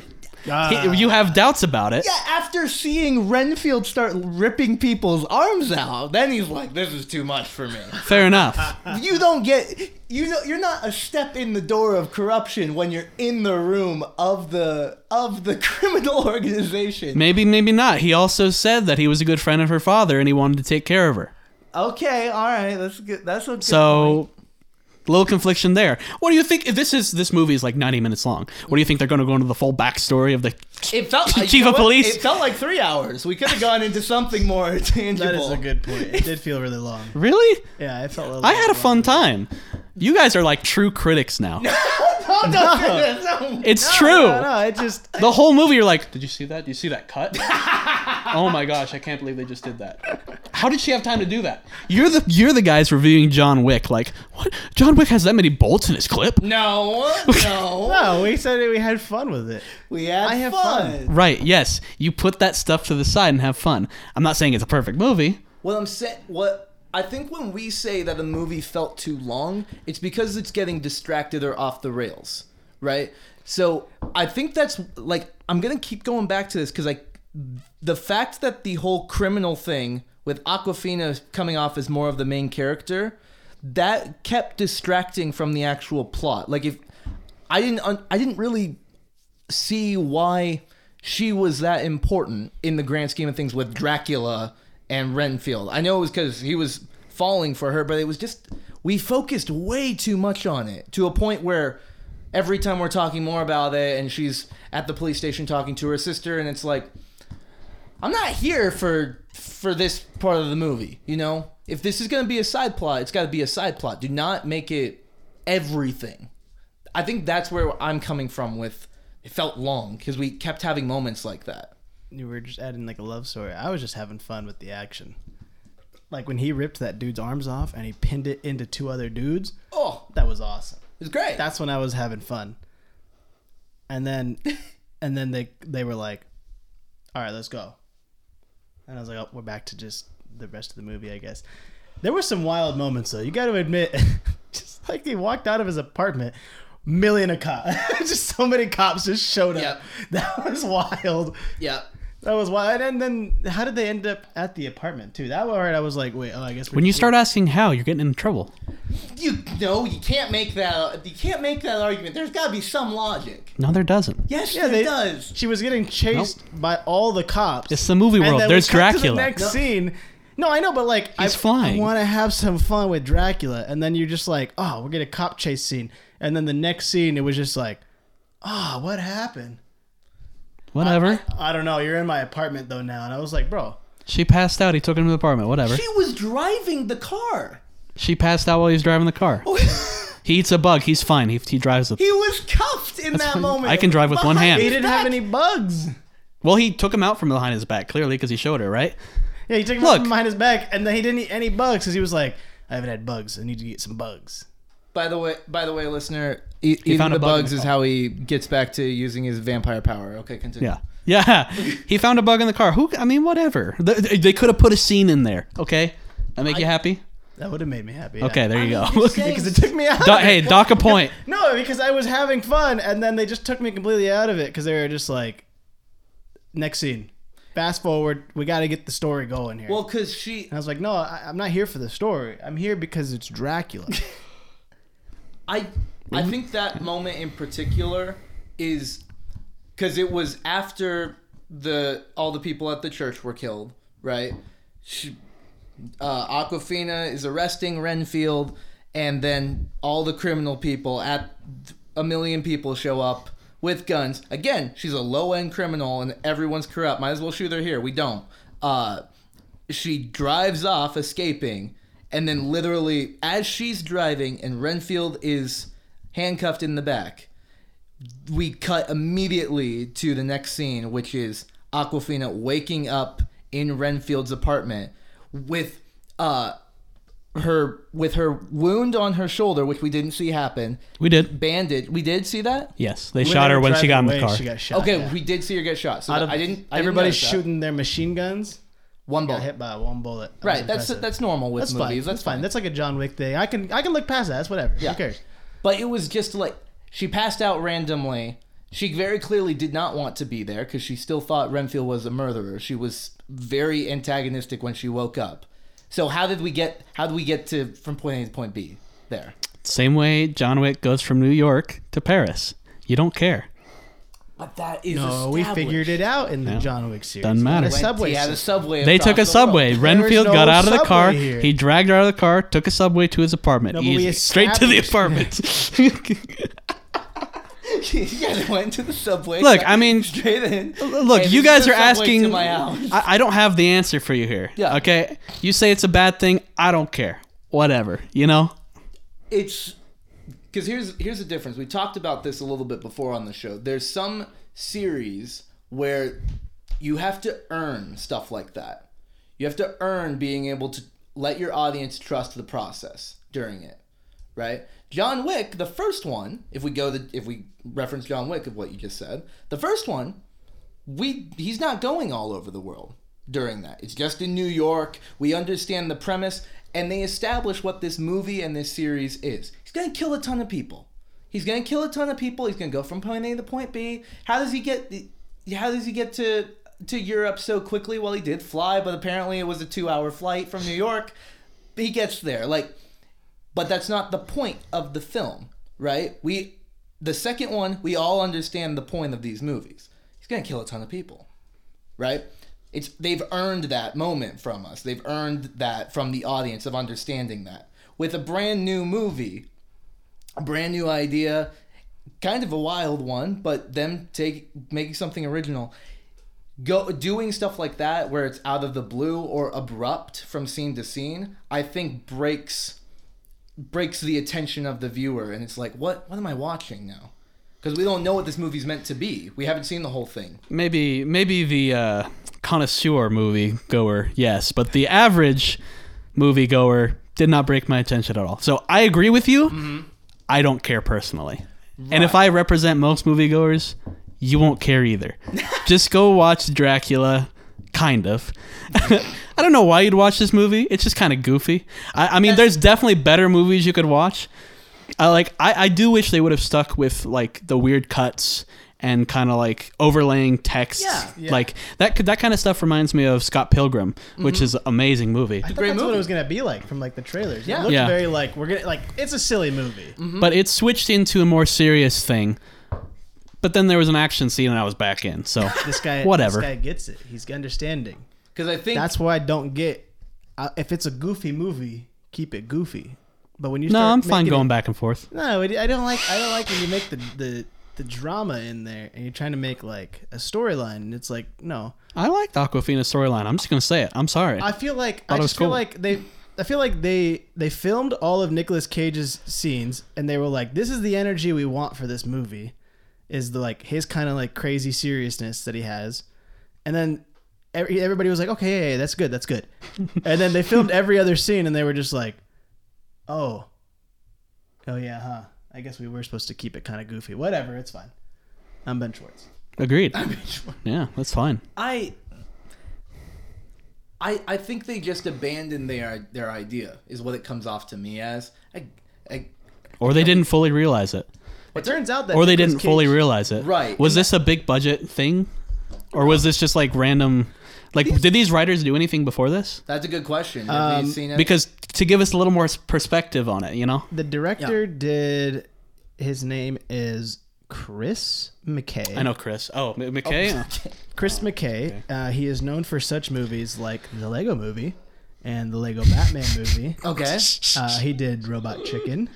B: Ah.
C: He- you have doubts about it.
A: Yeah, after seeing Renfield start ripping people's arms out, then he's like, "This is too much for me."
C: Fair enough.
A: you don't get you know you're not a step in the door of corruption when you're in the room of the of the criminal organization.
C: Maybe maybe not. He also said that he was a good friend of her father and he wanted to take care of her.
A: Okay, all right, that's good. That's a good
C: So little confliction there. What do you think? This is this movie is like 90 minutes long. What do you think they're going to go into the full backstory of the?
A: It felt
C: Chief of
A: what?
C: police.
A: It felt like three hours. We could have gone into something more tangible.
B: That is a good point. It did feel really long.
C: Really?
B: Yeah, it felt.
C: I had a fun time. You guys are like true critics now.
A: Oh, don't do this. No.
C: It's true.
B: No, no, it just.
C: The whole movie, you're like, did you see that? Do you see that cut? oh my gosh, I can't believe they just did that. How did she have time to do that? You're the you're the guys reviewing John Wick. Like, what? John Wick has that many bolts in his clip?
A: No, no.
B: No, we said that we had fun with it.
A: We had
B: I have fun.
C: Right. Yes, you put that stuff to the side and have fun. I'm not saying it's a perfect movie.
A: What I'm saying, what I think when we say that a movie felt too long, it's because it's getting distracted or off the rails, right? So I think that's like I'm gonna keep going back to this because like the fact that the whole criminal thing with Aquafina coming off as more of the main character, that kept distracting from the actual plot. Like if I didn't, un- I didn't really see why she was that important in the grand scheme of things with Dracula and Renfield. I know it was because he was falling for her, but it was just we focused way too much on it to a point where every time we're talking more about it, and she's at the police station talking to her sister, and it's like I'm not here for for this part of the movie. You know, if this is gonna be a side plot, it's got to be a side plot. Do not make it everything. I think that's where I'm coming from with it felt long because we kept having moments like that.
B: You were just adding like a love story. I was just having fun with the action. Like when he ripped that dude's arms off and he pinned it into two other dudes.
A: Oh,
B: That was awesome.
A: it's great.
B: That's when I was having fun. And then, and then they they were like, "All right, let's go." And I was like, "Oh, we're back to just the rest of the movie, I guess." There were some wild moments though. You got to admit, just like he walked out of his apartment, million of cops, just so many cops just showed up.
A: Yep.
B: That was wild.
A: yeah.
B: That was wild. And then how did they end up at the apartment too? That part I was like, wait, oh, I guess
C: When you start asking how, you're getting in trouble.
A: You no, you can't make that. You can't make that argument. There's got to be some logic.
C: No, there doesn't.
A: Yes,
B: Yeah,
A: there
B: they-
A: does.
B: She was getting chased by all the cops.
C: It's the movie
B: And
C: world.
B: then we
C: There's
B: cut to the
C: Dracula.
B: next scene. No, I know, but like
C: He's
B: I,
C: flying.
B: want to have some fun with Dracula, and then you're just like, oh, we're gonna cop chase scene, and then the next scene it was just like, ah, what happened?
C: Whatever.
B: I don't know. You're in my apartment though now, and I was like, bro,
C: she passed out. He took her to the apartment. Whatever.
A: She was driving the car.
C: She passed out while he was driving the car.
B: Oh.
C: He eats a bug. He's fine. He, he drives the.
A: He was cuffed in that
C: fine.
A: moment.
C: I can drive with one
A: Behind
C: hand.
B: he
A: his
B: didn't have
A: back.
B: any bugs.
C: Well, he took him out from behind his back, clearly, because he showed her, right?
B: Yeah, he took him
C: Look.
B: from behind his back, and then he didn't eat any bugs because he was like, I haven't had bugs. I need to get some bugs.
A: By the way, by the way, listener, e- eating
C: found a
A: the
C: bug in
A: bugs
C: the
A: is
C: car.
A: how he gets back to using his vampire power. Okay, continue.
C: Yeah. Yeah. he found a bug in the car. Who? I mean, whatever. They, they could have put a scene in there. Okay. That make you happy?
B: That would have made me happy.
C: Okay, there you
A: mean,
C: go.
A: just saying-
B: because it took me out.
C: Do-
B: of it.
C: hey, dock a point.
B: No, because I was having fun, and then they just took me completely out of it because they were just like, next scene, fast forward, we got to get the story going here.
A: Well, because she,
B: and I was like, no, I, I'm not here for the story. I'm here because it's Dracula.
A: I, I think that moment in particular is because it was after the all the people at the church were killed, right? She, uh, Aquafina is arresting Renfield, and then all the criminal people at a million people show up with guns. Again, she's a low end criminal, and everyone's corrupt. Might as well shoot her here. We don't. Uh, she drives off, escaping, and then literally as she's driving, and Renfield is handcuffed in the back. We cut immediately to the next scene, which is Aquafina waking up in Renfield's apartment with uh her with her wound on her shoulder, which we didn't see happen.
C: We did.
A: Bandage. We did see that.
C: Yes. They shot her when she got in the car.
B: She got shot.
A: Okay,
B: yeah.
A: we did see her get shot. So
B: Out of-
A: I didn't. I didn't
B: everybody's
A: notice that.
B: shooting their machine guns.
A: one
B: Got
A: bullet.
B: hit by one bullet. That was
A: right. That's
B: impressive.
A: that's normal with
B: That's fine.
A: movies.
B: That's,
A: That's
B: fine. That's like a John Wick thing. I can I can look past that. That's whatever.
A: Yeah.
B: Who cares?
A: But it was just like she passed out randomly. She very clearly did not want to be there because she still thought Renfield was a murderer. She was very antagonistic when she woke up. So how did we get? How did we get to from point A to point B? There.
C: Same way John Wick goes from New York to Paris. You don't care.
A: But that is
B: No, we figured it out in the
C: Yeah.
B: John Wick series.
C: Doesn't matter.
B: The subway.
A: Yeah, the
B: system.
A: subway.
C: They
A: across
C: took a
A: the world.
C: subway.
B: There is
C: Renfield
B: no
C: got out of the
B: subway
C: car.
B: here.
C: He dragged her out of the car, took a subway to his apartment.
B: No, but we
C: Easy. Straight to the apartment.
A: yeah, they went to the subway.
C: Look,
A: got
C: I mean,
A: straight in.
C: Look,
A: Hey,
C: you
A: this is
C: guys
A: the
C: are
A: subway
C: asking.
A: To my house.
C: I, I don't have the answer for you here.
A: Yeah.
C: Okay. You say it's a bad thing. I don't care. Whatever. You know.
A: it's because here's here's the difference. We talked about this a little bit before on the show. There's some series where you have to earn stuff like that. You have to earn being able to let your audience trust the process during it, right? John Wick, the first one, if we go the if we reference John Wick of what you just said, the first one, we he's not going all over the world during that. It's just in New York. We understand the premise and they establish what this movie and this series is. He's going to kill a ton of people. He's going to kill a ton of people. He's going to go from point A to point B. How does he get how does he get to to Europe so quickly? Well, he did fly, but apparently it was a 2-hour flight from New York. He gets there. Like but that's not the point of the film, right? We the second one, we all understand the point of these movies. He's gonna kill a ton of people. Right? It's they've earned that moment from us. They've earned that from the audience of understanding that. With a brand new movie, a brand new idea, kind of a wild one, but them take making something original go doing stuff like that where it's out of the blue or abrupt from scene to scene i think breaks breaks the attention of the viewer and it's like what what am i watching now because we don't know what this movie's meant to be we haven't seen the whole thing
C: Maybe maybe the uh, connoisseur movie goer, yes, but the average movie goer did not break my attention at all. So I agree with you.
A: Mm-hmm.
C: I don't care personally, and if I represent most moviegoers, you won't care either. just go watch Dracula. Kind of. I don't know why you'd watch this movie. It's just kind of goofy. I, I mean, there's definitely better movies you could watch. I like I, I do wish they would have stuck with like the weird cuts and kind of like overlaying text.
A: Yeah. Yeah.
C: Like that could that kind of stuff reminds me of Scott Pilgrim,
A: Mm-hmm.
C: which is an amazing movie.
B: I thought
A: Great
B: that's what
A: movie.
B: it was gonna be like from like the trailers.
A: Yeah. Mm-hmm.
B: It looked
C: Yeah.
B: very like we're gonna like it's a silly movie.
C: But it switched into a more serious thing. But then there was an action scene and I was back in. So
B: This guy,
C: Whatever.
B: This guy gets it. He's understanding.
A: because i think
B: That's why I don't get. I if it's a goofy movie, keep it goofy. But when you
C: no,
B: start
C: I'm fine
B: making
C: going
B: it-
C: back and forth.
B: No, it, I don't like. I don't like when you make the the the drama in there and you're trying to make like a storyline and it's like no.
C: I liked Aquafina's storyline. I'm just gonna say it. I'm sorry.
B: I feel like
C: Thought
B: I
C: it was
B: just feel
C: cool.
B: like they. I feel like they they filmed all of Nicolas Cage's scenes and they were like, this is the energy we want for this movie, is the like his kind of like crazy seriousness that he has, and then every, everybody was like, okay, yeah, yeah, that's good, that's good, and then they filmed every other scene and they were just like, oh, oh yeah, huh? I guess we were supposed to keep it kind of goofy. Whatever, it's fine. I'm Ben Schwartz.
C: Agreed. yeah, that's fine.
A: I I I think they just abandoned their their idea is what it comes off to me as. I, I,
C: Or they didn't fully realize it.
B: It turns out that
C: or they
B: Nicolas
C: didn't fully
B: Cage-
C: realize it.
A: Right.
C: Was this a big budget thing, or was this just like random? Like, did these writers do anything before this?
A: that's a good question. Have you
B: Um,
A: seen it?
C: Because to give us a little more s- perspective on it, you know,
B: The director did. His name is Chris McKay.
C: I know Chris. Oh, M- McKay.
A: Oh,
B: Chris McKay. Uh, he is known for such movies like the Lego Movie and the Lego Batman movie.
A: okay,
B: Uh, he did Robot Chicken.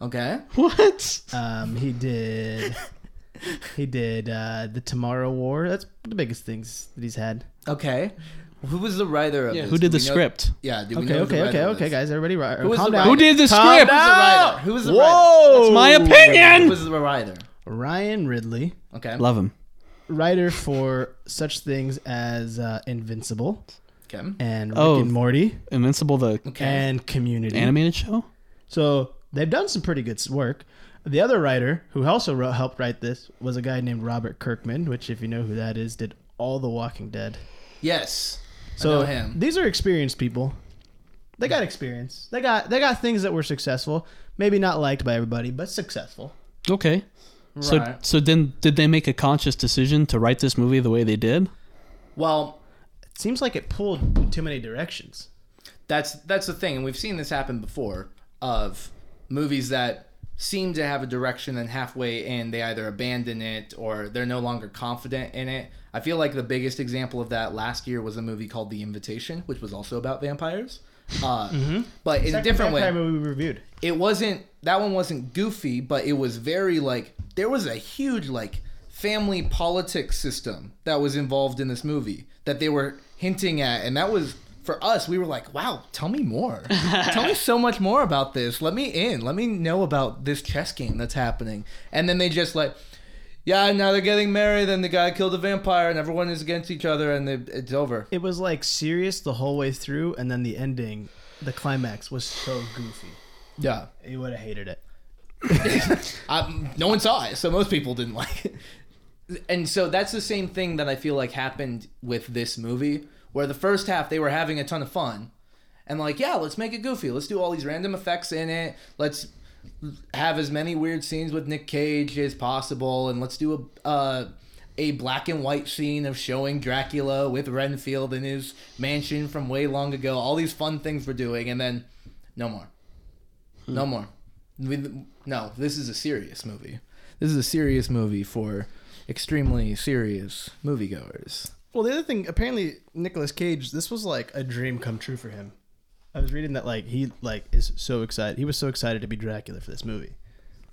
A: okay,
C: what?
B: Um, he did. He did uh, the Tomorrow War. That's the biggest things that he's had.
A: okay. Who was the writer of this?
C: Who
A: Do
C: did the
A: we know-
C: script?
A: Yeah. Do we
B: Okay,
A: know who the
B: okay,
A: writer
B: okay,
A: was?
B: okay, guys. Everybody, ri-
A: was
B: calm
A: the
B: down.
A: writer? Who
C: did the
B: Calm
C: script?
A: Who was the
B: down!
A: writer? Who was the
B: Whoa!
C: That's my
A: writer? Who
C: opinion.
A: was the writer?
B: Ryan Ridley,
A: Okay.
C: Love him.
B: writer for such things as uh, Invincible
A: Okay.
B: and Rick
C: Oh.
B: and Morty
C: Invincible, the
A: Okay.
B: and Community.
C: animated show.
B: So they've done some pretty good s- work. The other writer who also wrote, helped write this was a guy named Robert Kirkman, which, if you know who that is, did all The Walking Dead.
A: yes.
B: So
A: know him.
B: these are experienced people. They got experience. They got they got things that were successful. Maybe not liked by everybody, but successful.
C: Okay. So,
A: Right.
C: so then, did they make a conscious decision to write this movie the way they did?
A: Well,
B: It seems like it pulled in too many directions.
A: that's that's the thing, and we've seen this happen before of movies that seem to have a direction and halfway in they either abandon it or they're no longer confident in it. I feel like the biggest example of that last year was a movie called The Invitation, which was also about vampires. Uh,
C: Mm-hmm.
A: But in a different way
B: Vampire movie we reviewed.
A: it wasn't that one wasn't goofy, but it was very like there was a huge like family politics system that was involved in this movie that they were hinting at and that was for us we were like wow tell me more tell me so much more about this let me in let me know about this chess game that's happening and then they just like yeah now they're getting married and the guy killed a vampire and everyone is against each other and it- it's over
B: It was like serious the whole way through, and then the ending, the climax was so goofy.
A: yeah
B: You would have hated it.
A: I, no one saw it, so most people didn't like it. And so that's the same thing that I feel like happened with this movie, where the first half they were having a ton of fun, and like, yeah, let's make it goofy. Let's do all these random effects in it. Let's have as many weird scenes with Nick Cage as possible, and let's do a uh, a black and white scene of showing Dracula with Renfield in his mansion from way long ago. All these fun things we're doing, and then no more. No more. We, no, this is a serious movie. This is a serious movie for extremely serious moviegoers.
B: Well, the other thing, apparently, Nicolas Cage, this was like a dream come true for him. I was reading that like he like is so excited. He was so excited to be Dracula for this movie,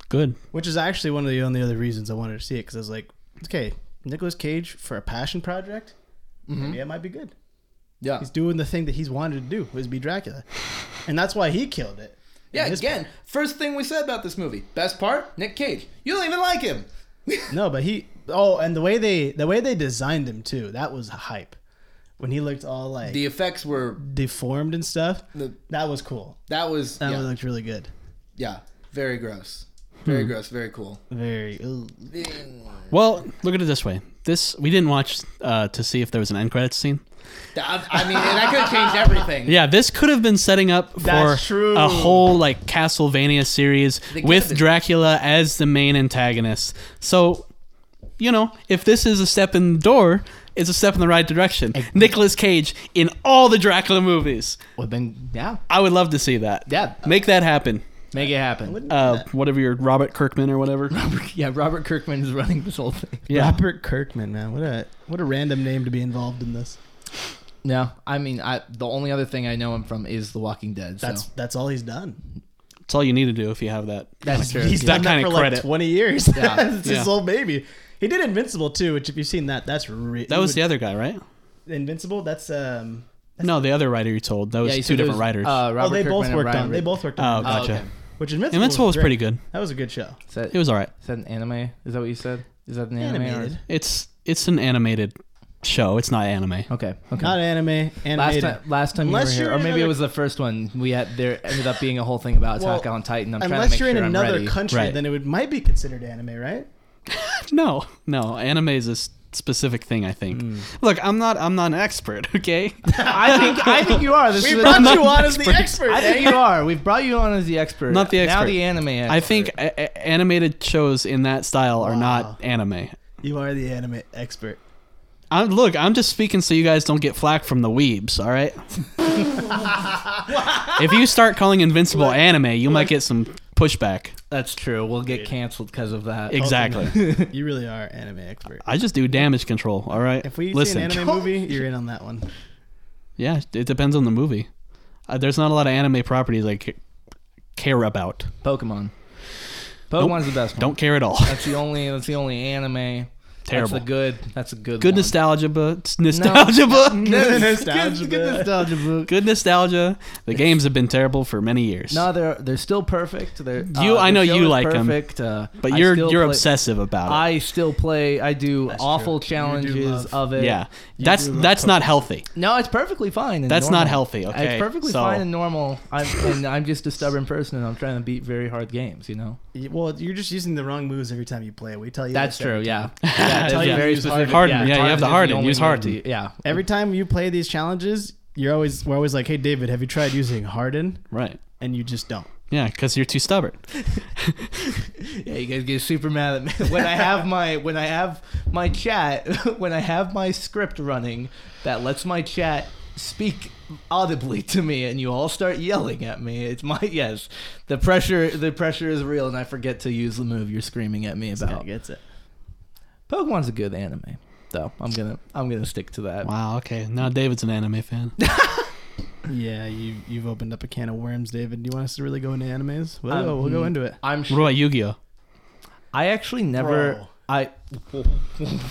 C: Good.
B: which is actually one of the only other reasons I wanted to see it because I was like, okay, Nicolas Cage for a passion project,
A: Mm-hmm.
B: maybe it might be good.
A: Yeah.
B: He's doing the thing that he's wanted to do, was be Dracula, and that's why he killed it.
A: Yeah,
B: In his
A: again, first thing we said about this movie. Best part, Nick Cage. You don't even like him.
B: No, but he. Oh, and the way they the way they designed him too, that was hype. When he looked all like
A: the effects were
B: deformed and stuff,
A: The-
B: that was cool.
A: that was
B: That
A: yeah,
B: looked really good.
A: yeah, very gross. Very gross, very cool.
B: Very. ooh.
C: Well, look at it this way. This we didn't watch uh, to see if there was an end credits scene.
A: I, I mean, and that could have changed everything.
C: Yeah, this could have been setting up for
B: That's true.
C: a whole like Castlevania series
A: They could have
C: with
A: been.
C: Dracula as the main antagonist. So, you know, if this is a step in the door, it's a step in the right direction. Nicolas Cage in all the Dracula movies.
A: Well, then, yeah,
C: I would love to see that.
A: Yeah.
C: Make that happen.
A: make it happen.
C: Uh, whatever your Robert Kirkman or whatever.
A: Yeah, Robert Kirkman is running this whole thing.
C: Yeah.
B: Robert Kirkman, man, what a what a random name to be involved in this.
A: No, I mean, I the only other thing I know him from is The Walking Dead. So.
B: That's that's all he's done.
C: It's all you need to do if you have that.
A: that's true.
B: He's done
C: That
B: that
C: kinda
B: for like
C: credit.
B: twenty years.
A: Yeah.
B: it's
C: Yeah.
B: his old baby. He did Invincible too, which if you've seen that, that's re-
C: That was the other guy, right?
B: Invincible. That's um.
C: No, the other writer you told. That was
A: you said
C: two different
A: it was,
C: writers.
A: Uh, Robert
B: oh, they
A: Kirkman
B: both
A: and
B: worked
A: Ryan
B: on. They
A: Rid-
B: both worked
C: oh,
B: on.
A: God.
C: gotcha.
A: okay.
B: Which Invincible,
C: Invincible was
B: great.
C: pretty good.
B: That was a good show.
A: Is that,
C: It was all right.
A: is that an anime? Is that what you said? Is that an anime? or-
B: Animated.
C: It's it's an animated show. It's not anime.
A: Okay. Okay.
B: Not anime.
A: last
B: Animated.
A: time, last time you were
B: Unless
A: here,
B: you're
A: or
B: in
A: maybe it
B: another-
A: was the first one. We had there ended up being a whole thing about
B: Well,
A: Attack on Titan. I'm trying to
B: Unless
A: make
B: you're
A: sure
B: in
A: I'm
B: another
A: ready.
B: country,
C: Right.
B: then it would might be considered anime, right?
C: No, no. Anime is a s- specific thing. I think. Look, I'm not. I'm not an expert. Okay.
A: I think I think you are. This
B: We
A: is a-
B: brought
C: not
B: you
C: an
B: on as the
C: expert.
B: expert.
A: I think
B: eh?
A: you are. We've brought you on as the expert.
C: Not the
A: Now
C: expert.
A: the anime. Expert.
C: I think a- a- animated shows in that style are
B: Wow.
C: not anime.
B: You are the anime expert.
C: I'm, look, I'm just speaking so you guys don't get flack from the weebs. All right. if you start calling Invincible anime, you might get some pushback.
A: that's true. We'll get canceled because of that.
C: Exactly.
B: You really are anime expert.
C: I just do damage control. All right.
B: If we
C: listen.
B: see an anime movie, you're in on that one.
C: Yeah, it depends on the movie. Uh, there's not a lot of anime properties I ca- care about.
A: Pokemon. Pokemon's the best. One.
C: Don't care at all.
A: That's the only. That's the only anime.
C: Terrible.
A: That's a good. That's a good.
C: Good
A: one.
C: nostalgia, but nostalgia book.
A: Good-
B: Nostalgia.
A: Good nostalgia book.
C: Good nostalgia. The games have been terrible for many years.
A: No, they're they're still perfect. They're, uh,
C: You- I know
A: the show
C: you
A: is
C: like 'em,
A: perfect. Uh,
C: but
A: I
C: you're
A: still
C: you're
A: play-
C: obsessive about it.
A: I still play. I do awful challenges of
B: love-
A: it.
C: yeah, that's
B: do love
C: that's not healthy.
A: No, it's perfectly fine. And
C: That's
A: normal.
C: not healthy, okay?
A: It's perfectly
C: So-
A: fine and normal. I'm and I'm just a stubborn person, and I'm trying to beat very hard games. You know.
B: You- Well, you're just using the wrong moves every time you play it. We tell you
A: That's
B: this every
A: true.
B: time.
A: Yeah.
B: Tell
A: that's
B: you
A: very
B: use
A: specific.
C: Harden. Yeah, you have to
A: is
C: Harden.
A: only
C: Use
A: move
C: Harden.
A: to- Yeah.
B: Every time you play these challenges, you're always we're always like, "Hey, David, have you tried using Harden?"
C: Right.
B: And you just don't.
C: Yeah, because you're too stubborn.
A: Yeah, you guys get super mad at me when I have my when I have my chat when I have my script running that lets my chat speak audibly to me and you all start yelling at me. It's my yes. The pressure the pressure is real and I forget to use the move you're screaming at me
B: Kinda
A: about.
B: gets it.
A: Pokemon's a good anime, though. I'm gonna I'm gonna stick to that.
C: Wow. Okay. Now David's an anime fan.
B: Yeah, you you've opened up a can of worms, David. Do you want us to really go into animes? We'll, go- we'll go
A: Um,
B: into it.
A: I'm
C: What
A: sure.
C: about Yu-Gi-Oh?
A: I actually never.
B: Bro.
A: I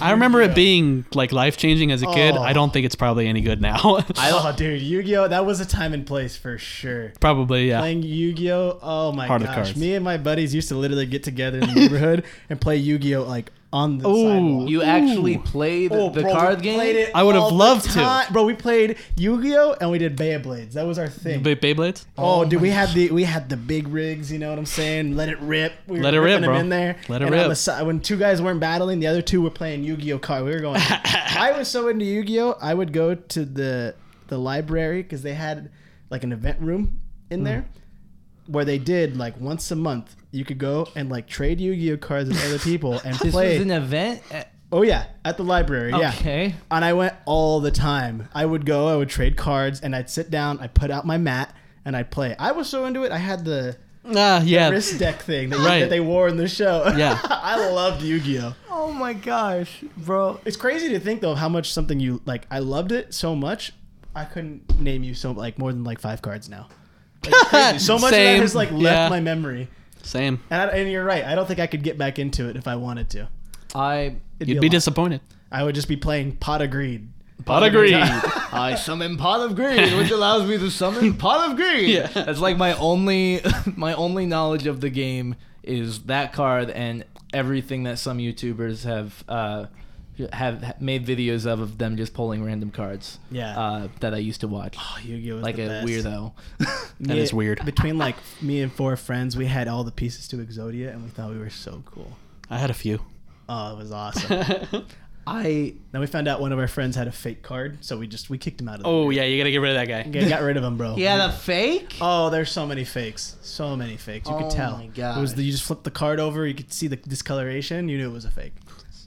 C: I remember it being like life changing as a kid.
B: Oh.
C: I don't think it's probably any good now.
B: I oh, dude, Yu-Gi-Oh! That was a time and place for sure.
C: probably yeah.
B: Playing Yu-Gi-Oh! Oh my
C: Heart of
B: gosh,
C: Cards.
B: me and my buddies used to literally get together in the neighborhood and play Yu-Gi-Oh! like on the sidewalk.
A: you actually played
B: Oh,
A: the
B: bro, we
A: card game.
B: played it
C: I would've
B: all the
C: loved to.
B: time. bro. We played Yu-Gi-Oh! and we did Beyblades. That was our thing.
C: Bay- Beyblades.
B: Oh, dude, we had the we had the big rigs. You know what I'm saying? Let it rip. We were
C: Let it rip,
B: ripping them
C: bro.
B: In there,
C: Let it
B: And on
C: rip.
B: the si- when two guys weren't battling, the other two were playing Yu-Gi-Oh card. We were going. I was so into Yu-Gi-Oh. I would go to the the library because they had like an event room
C: Hmm.
B: in there where they did like once a month. You could go and like trade Yu-Gi-Oh cards with other people and
A: This
B: play.
A: was an event. Uh,
B: oh yeah, at the library. Yeah.
A: Okay.
B: And I went all the time. I would go, I would trade cards, and I'd sit down, I'd put out my mat, and I'd play. I was so into it, I had the
C: Ah, yeah.
B: wrist deck thing that,
C: Right.
B: that they wore in the show.
C: Yeah.
B: I loved Yu Gi Oh!
A: Oh my gosh, bro.
B: It's crazy to think, though, of how much something you like. I loved it so much, I couldn't name you so like more than like five cards now. Like, it's crazy. so much of
C: Same.
B: that has like left
C: Yeah.
B: my memory.
C: Same.
B: And, I, and you're right, I don't think I could get back into it if I wanted to.
A: I
B: It'd
C: You'd
B: a
C: be
B: lot.
C: disappointed.
B: I would just be playing Pot of Greed.
C: Pot of greed.
A: I summon pot of green, which allows me to summon pot of green.
C: Yeah.
A: That's like my only my only knowledge of the game is that card and everything that some YouTubers have uh, have made videos of of them just pulling random cards.
B: Yeah.
A: Uh, that I used to watch.
B: Oh, Yu Gi Oh!
A: like a weirdo.
C: That
B: Me-
C: is weird.
B: Between like me and four friends, we had all the pieces to Exodia, and we thought we were so cool.
C: I had a few.
B: Oh, it was awesome.
A: I
B: then we found out one of our friends had a fake card, so we just we kicked him out of. The
C: Oh yeah, you gotta get rid of that guy.
B: yeah, got rid of him, bro.
A: the fake.
B: Oh, there's so many fakes, so many fakes. You
A: Oh
B: could tell.
A: my
B: It was
A: gosh.
B: the, you just flipped the card over, you could see the discoloration. You knew it was a fake.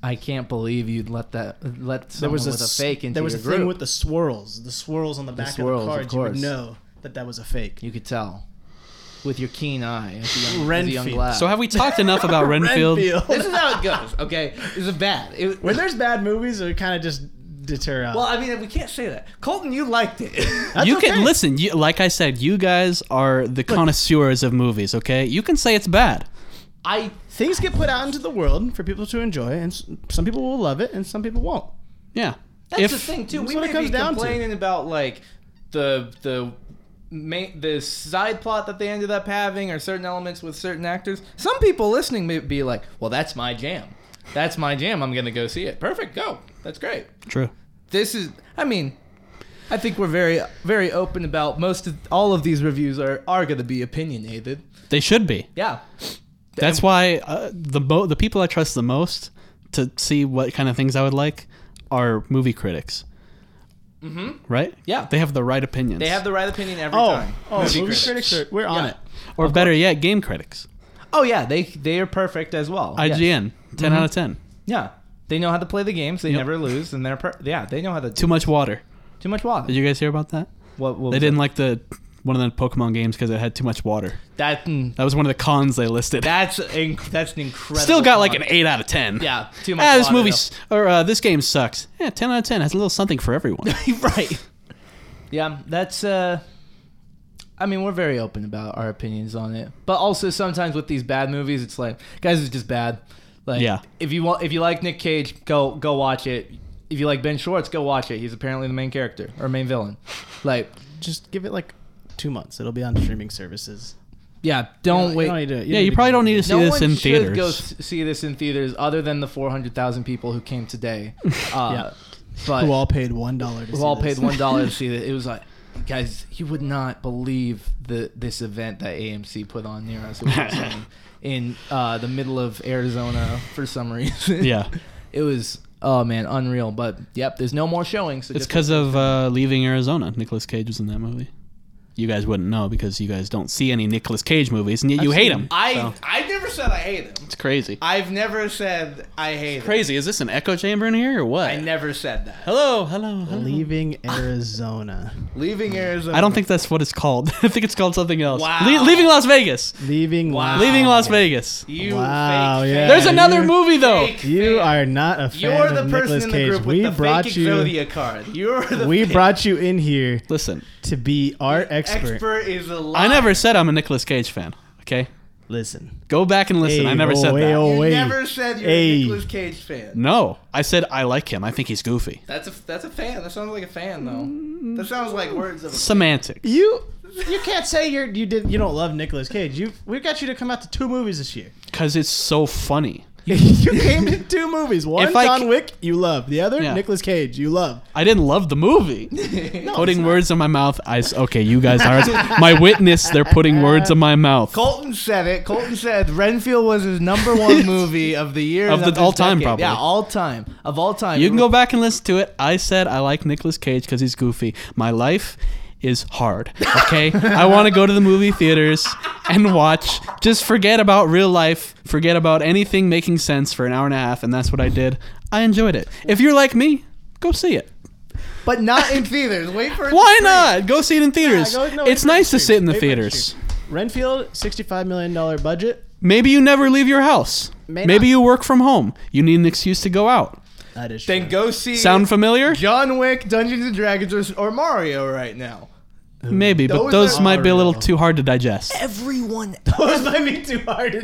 A: I can't believe you'd let that let someone with a
B: s-
A: fake into
B: There was
A: your
B: a
A: group.
B: thing with the swirls, the swirls on the back
A: swirls, of
B: of the cards. you would
A: course.
B: know that that was a fake.
A: you could tell with your keen eye as a young, as a young
B: Renfield.
A: lad.
C: So have we talked enough about Renfield?
A: this is how it goes. Okay, it's a bad. It,
B: when there's bad movies, it kind of just deter out.
A: well, I mean, we can't say that. Colton, you liked it.
B: That's
C: you
B: okay.
C: can listen. You, like I said, you guys are the connoisseurs of movies. Okay, you can say it's bad.
A: I
B: things get put out into the world for people to enjoy, and s- some people will love it, and some people won't.
C: Yeah.
A: That's
C: if
A: the thing too.
B: That's
A: We
B: what it
A: may
B: comes
A: be
B: down to.
A: complaining about like the the main the side plot that they ended up having or certain elements with certain actors. Some people listening may be like, "Well, that's my jam. That's my jam. I'm gonna go see it. Perfect. Go. That's great.
C: true.
A: This is. I mean." I think we're very, very open about most of all of these reviews are are going to be opinionated.
C: They should be.
A: Yeah,
C: That's why uh, the mo- the people I trust the most to see what kind of things I would like are movie critics. Mm-hmm. Right?
A: Yeah.
C: They have the right opinions.
A: they have the right opinion every
B: Oh,
A: time.
B: oh, movie critics, are- we're on
A: Yeah.
B: it.
C: or better yet, game critics.
A: Oh yeah, they they are perfect as well. Yeah.
C: IGN, 10
A: Mm-hmm.
C: out of 10.
A: Yeah. They know how to play the games. They never lose, and they're per- yeah. They know how to
C: Too
A: too,
C: much water.
A: too much water.
C: Did you guys hear about that?
A: what, what
C: They
A: was
C: didn't like the one of the Pokemon games because it had too much water.
A: it? that. mm,
C: That was one of the cons they listed.
A: That's in, that's an incredible.
C: Still got like an
A: con-
C: 8 out of 10.
A: yeah. Too much.
C: Ah, this
A: water,
C: movie s- or uh, this game sucks. Yeah, 10 out of 10 has a little something for everyone.
A: though. right. Yeah, that's. uh I mean, we're very open about our opinions on it, but also sometimes with these bad movies, it's like, guys, it's just bad. Like,
C: Yeah.
A: if you want, if you like Nick Cage, go go watch it. If you like Ben Schwartz, go watch it. He's apparently the main character or main villain. Like,
B: Just give it like two months. It'll be on streaming services.
A: yeah, don't
B: You
A: wait.
B: don't need to-
C: yeah, you probably don't need to see
A: no
C: this
A: one
C: in
A: should
C: theaters.
A: go s- see this in theaters, other than the four hundred thousand people who came today. Uh, but
B: Who
A: who all,
B: all paid one dollar? to see
A: paid
B: this.
A: one dollar to see it. It was like, guys, you would not believe the this event that AMC put on near us. It was in in uh, the middle of Arizona for some reason.
C: yeah.
A: it was. Oh man, unreal. But yep, there's no more showing. So
C: It's
A: just-
C: because of uh, leaving Arizona. Nicolas Cage was in that movie. you guys wouldn't know because you guys don't see any Nicolas Cage movies, and yet you
B: I've
C: hate
B: seen
C: him.
A: I
C: So,
A: I've never said I hate him.
C: it's crazy.
A: I've never said I hate him.
C: Crazy. Is this an echo chamber in here or what?
A: I never said that.
C: hello, hello, hello.
B: Leaving Arizona.
A: Leaving Arizona.
C: I don't think that's what it's called. I think it's called something else.
A: Wow.
C: Le- leaving Las Vegas.
B: Leaving.
A: Wow.
C: Leaving Las Vegas.
A: you.
B: Wow,
A: fake
B: yeah.
A: fan.
C: There's another
B: you-
C: movie though.
A: Fake
B: You
A: fan.
B: are not a fan
A: You're
B: of
A: the person
B: Nicolas
A: in the
B: Cage.
A: group
B: we
A: with the
B: brought
A: fake
B: you.
A: Exodia card. You're the
B: We
A: fake-
B: brought you in here
C: Listen,
B: to be our expert.
A: expert. is a lie.
C: I never said I'm a Nicolas Cage fan. Okay,
B: Listen.
C: go back and listen.
B: Hey,
C: I never
B: oh,
C: said
B: hey,
C: that.
B: oh.
A: You
B: wait.
A: never said you're
B: Hey.
A: a Nicolas Cage fan.
C: No, I said I like him. I think he's goofy.
A: That's a that's a fan. That sounds like a fan though. That sounds like words of. A,
C: Semantics.
B: You you can't say you're you did you don't love Nicolas Cage. You we got you to come out to two movies this year.
C: Because it's so funny.
B: you came to two movies. One
C: If I
B: John
C: c-
B: Wick, you love. The other
C: Yeah.
B: Nicolas Cage, you love.
C: I didn't love the movie.
B: No,
C: putting words in my mouth. I s- okay, you guys are my witness. They're putting words in my mouth.
A: Colton said it. Colton said Renfield was his number one movie of the year
C: Of
A: and
C: the
A: this
C: all-time,
A: decade.
C: probably.
A: Yeah, all time of all time.
C: You can go back and listen to it. I said I like Nicolas Cage because he's goofy. My life is hard. Okay, I want to go to the movie theaters and watch. Just forget about real life. Forget about anything making sense for an hour and a half, and that's what I did. I enjoyed it. If you're like me, go see it.
A: but not in theaters. Wait for it. to
C: Why
A: stream.
C: not? Go see it in theaters.
B: go- no,
C: it's
B: wait for
C: nice
B: it
C: to
B: to
C: sit in the
B: stream. Wait for it to
C: theaters.
B: Renfield, sixty-five million dollar budget.
C: Maybe you never leave your house.
B: May
C: Maybe
B: not.
C: you work from home. You need an excuse to go out.
B: That is
A: Then
B: true.
A: go see
C: Sound familiar?
A: John Wick, Dungeons and Dragons, or, or Mario right now.
C: Maybe, but
A: Those
C: those
A: are
C: might be a little
B: real.
C: too hard to digest.
A: Everyone.
B: Those might be too hard to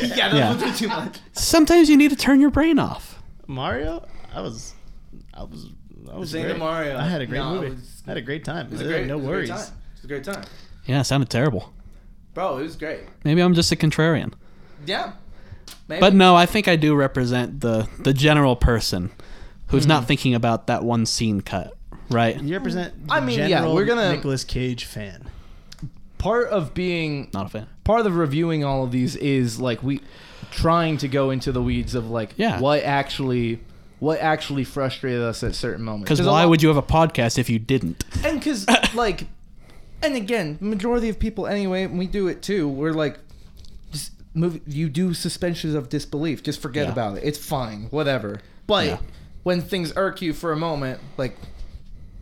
A: yeah,
C: Yeah.
A: that was too much.
C: Sometimes you need to turn your brain off.
B: Mario, I was, I was, I was
A: Zeta
B: great.
A: Mario.
B: I had a great
A: No,
B: movie.
A: it was-
B: I had a great time.
A: It was a
B: There
A: great,
B: were
A: it
B: no
A: was a great
B: worries.
A: time. It was a great time,
C: Yeah, it sounded terrible.
A: bro. It was great.
C: Maybe I'm just a contrarian.
A: Yeah. Maybe.
C: But no, I think I do represent the the general person who's not thinking about that one scene cut, right?
B: You represent.
A: I
B: the
A: mean, yeah,
B: general
A: we're gonna-
B: Nicolas Cage fan.
A: part of being
C: Not a fan.
A: part of reviewing all of these is like we trying to go into the weeds of like
C: Yeah.
A: what actually what actually frustrated us at certain moments.
C: Because why would you have a podcast if you didn't?
A: and because like and again majority of people anyway and we do it too we're like just move you do suspensions of disbelief just forget
C: Yeah.
A: about it it's fine whatever but
C: Yeah.
A: when things irk you for a moment like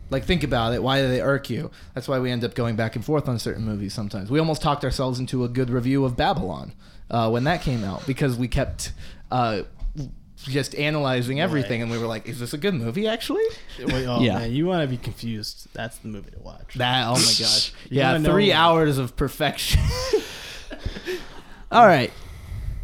A: like think about it why do they irk you that's why we end up going back and forth on certain movies sometimes we almost talked ourselves into a good review of babylon uh, when that came out because we kept uh, just analyzing everything and we were like is this a good movie actually
B: Wait, oh,
C: Yeah.
B: man, you want to be confused. That's the movie to watch.
A: That oh my gosh.
B: You
A: yeah,
B: wanna know-
A: three hours of perfection. All right.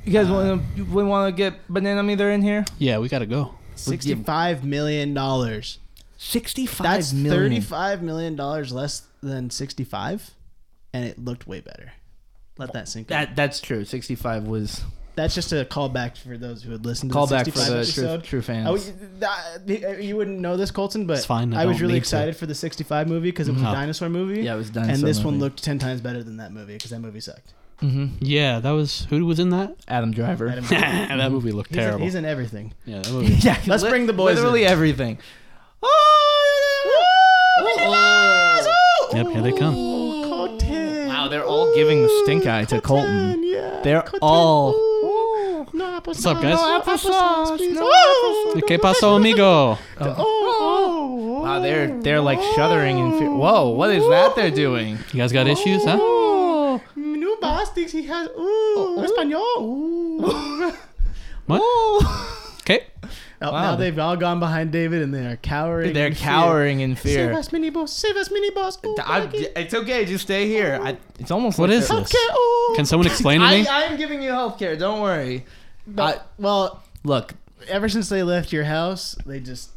A: You guys
B: Uh,
A: want to? We want to get banana meter in here.
C: Yeah, we gotta go.
B: Sixty-five million dollars.
A: Sixty-five
B: That's
A: million.
B: thirty-five million dollars less than sixty-five, and it looked way better. Let that sink. in.
A: That that's true. Sixty-five was
B: That's just a callback for those who had listened to
A: callback
B: the
A: for
B: 65
A: the true,
B: episode.
A: true fans.
B: I was- th- uh, you wouldn't know this, Colton, but
C: It's fine, I
B: I, was
C: don't
B: really
C: need to.
B: excited for the 65 movie because it was
C: Mhm.
B: a dinosaur movie.
A: yeah, it was done.
B: and this one looked 10 times better than that movie because that movie sucked.
A: hmm
C: Yeah, that was who was in that?
A: Adam Driver.
B: Adam- he's,
C: that movie looked
B: in-
C: terrible.
B: he's in everything.
C: yeah, that movie.
A: yeah,
B: Let's
A: li-
B: bring the boys
A: Literally
B: in.
A: everything. Oh, yeah.
C: Yep, here they come.
A: Ooh,
B: Colton.
A: Wow, they're all giving the stink eye to Colton.
B: yeah.
A: They're
B: Colton.
A: all-
B: Ooh. No applesauce.
C: up, guys?
B: No
A: Applesauce,
B: applesauce, please.
A: no
B: Oh,
A: applesauce.
B: no
C: Que paso, amigo?
B: applesauce. Oh, oh,
A: Wow, they're they're like shuddering in fear. Whoa, what is that they're doing?
C: You guys got issues, huh?
B: Oh, new boss thinks he has. Ooh,
A: Oh,
B: español. Ooh.
C: What? Okay.
B: Oh,
A: Wow.
B: Now they've all gone behind David and they are cowering.
A: They're
B: in fear.
A: cowering in
B: Save
A: fear.
B: us, mini boss. Save us, mini boss. Ooh,
A: I,
B: Maggie.
A: it's okay, just stay here. I, it's almost
C: What
A: like
C: is
A: they're-
C: this?
B: Okay, ooh.
C: Can someone explain to
A: I,
C: me?
A: I am giving you health care. Don't worry.
B: But-
A: I-
B: well,
A: Look,
B: ever since they left your house, they just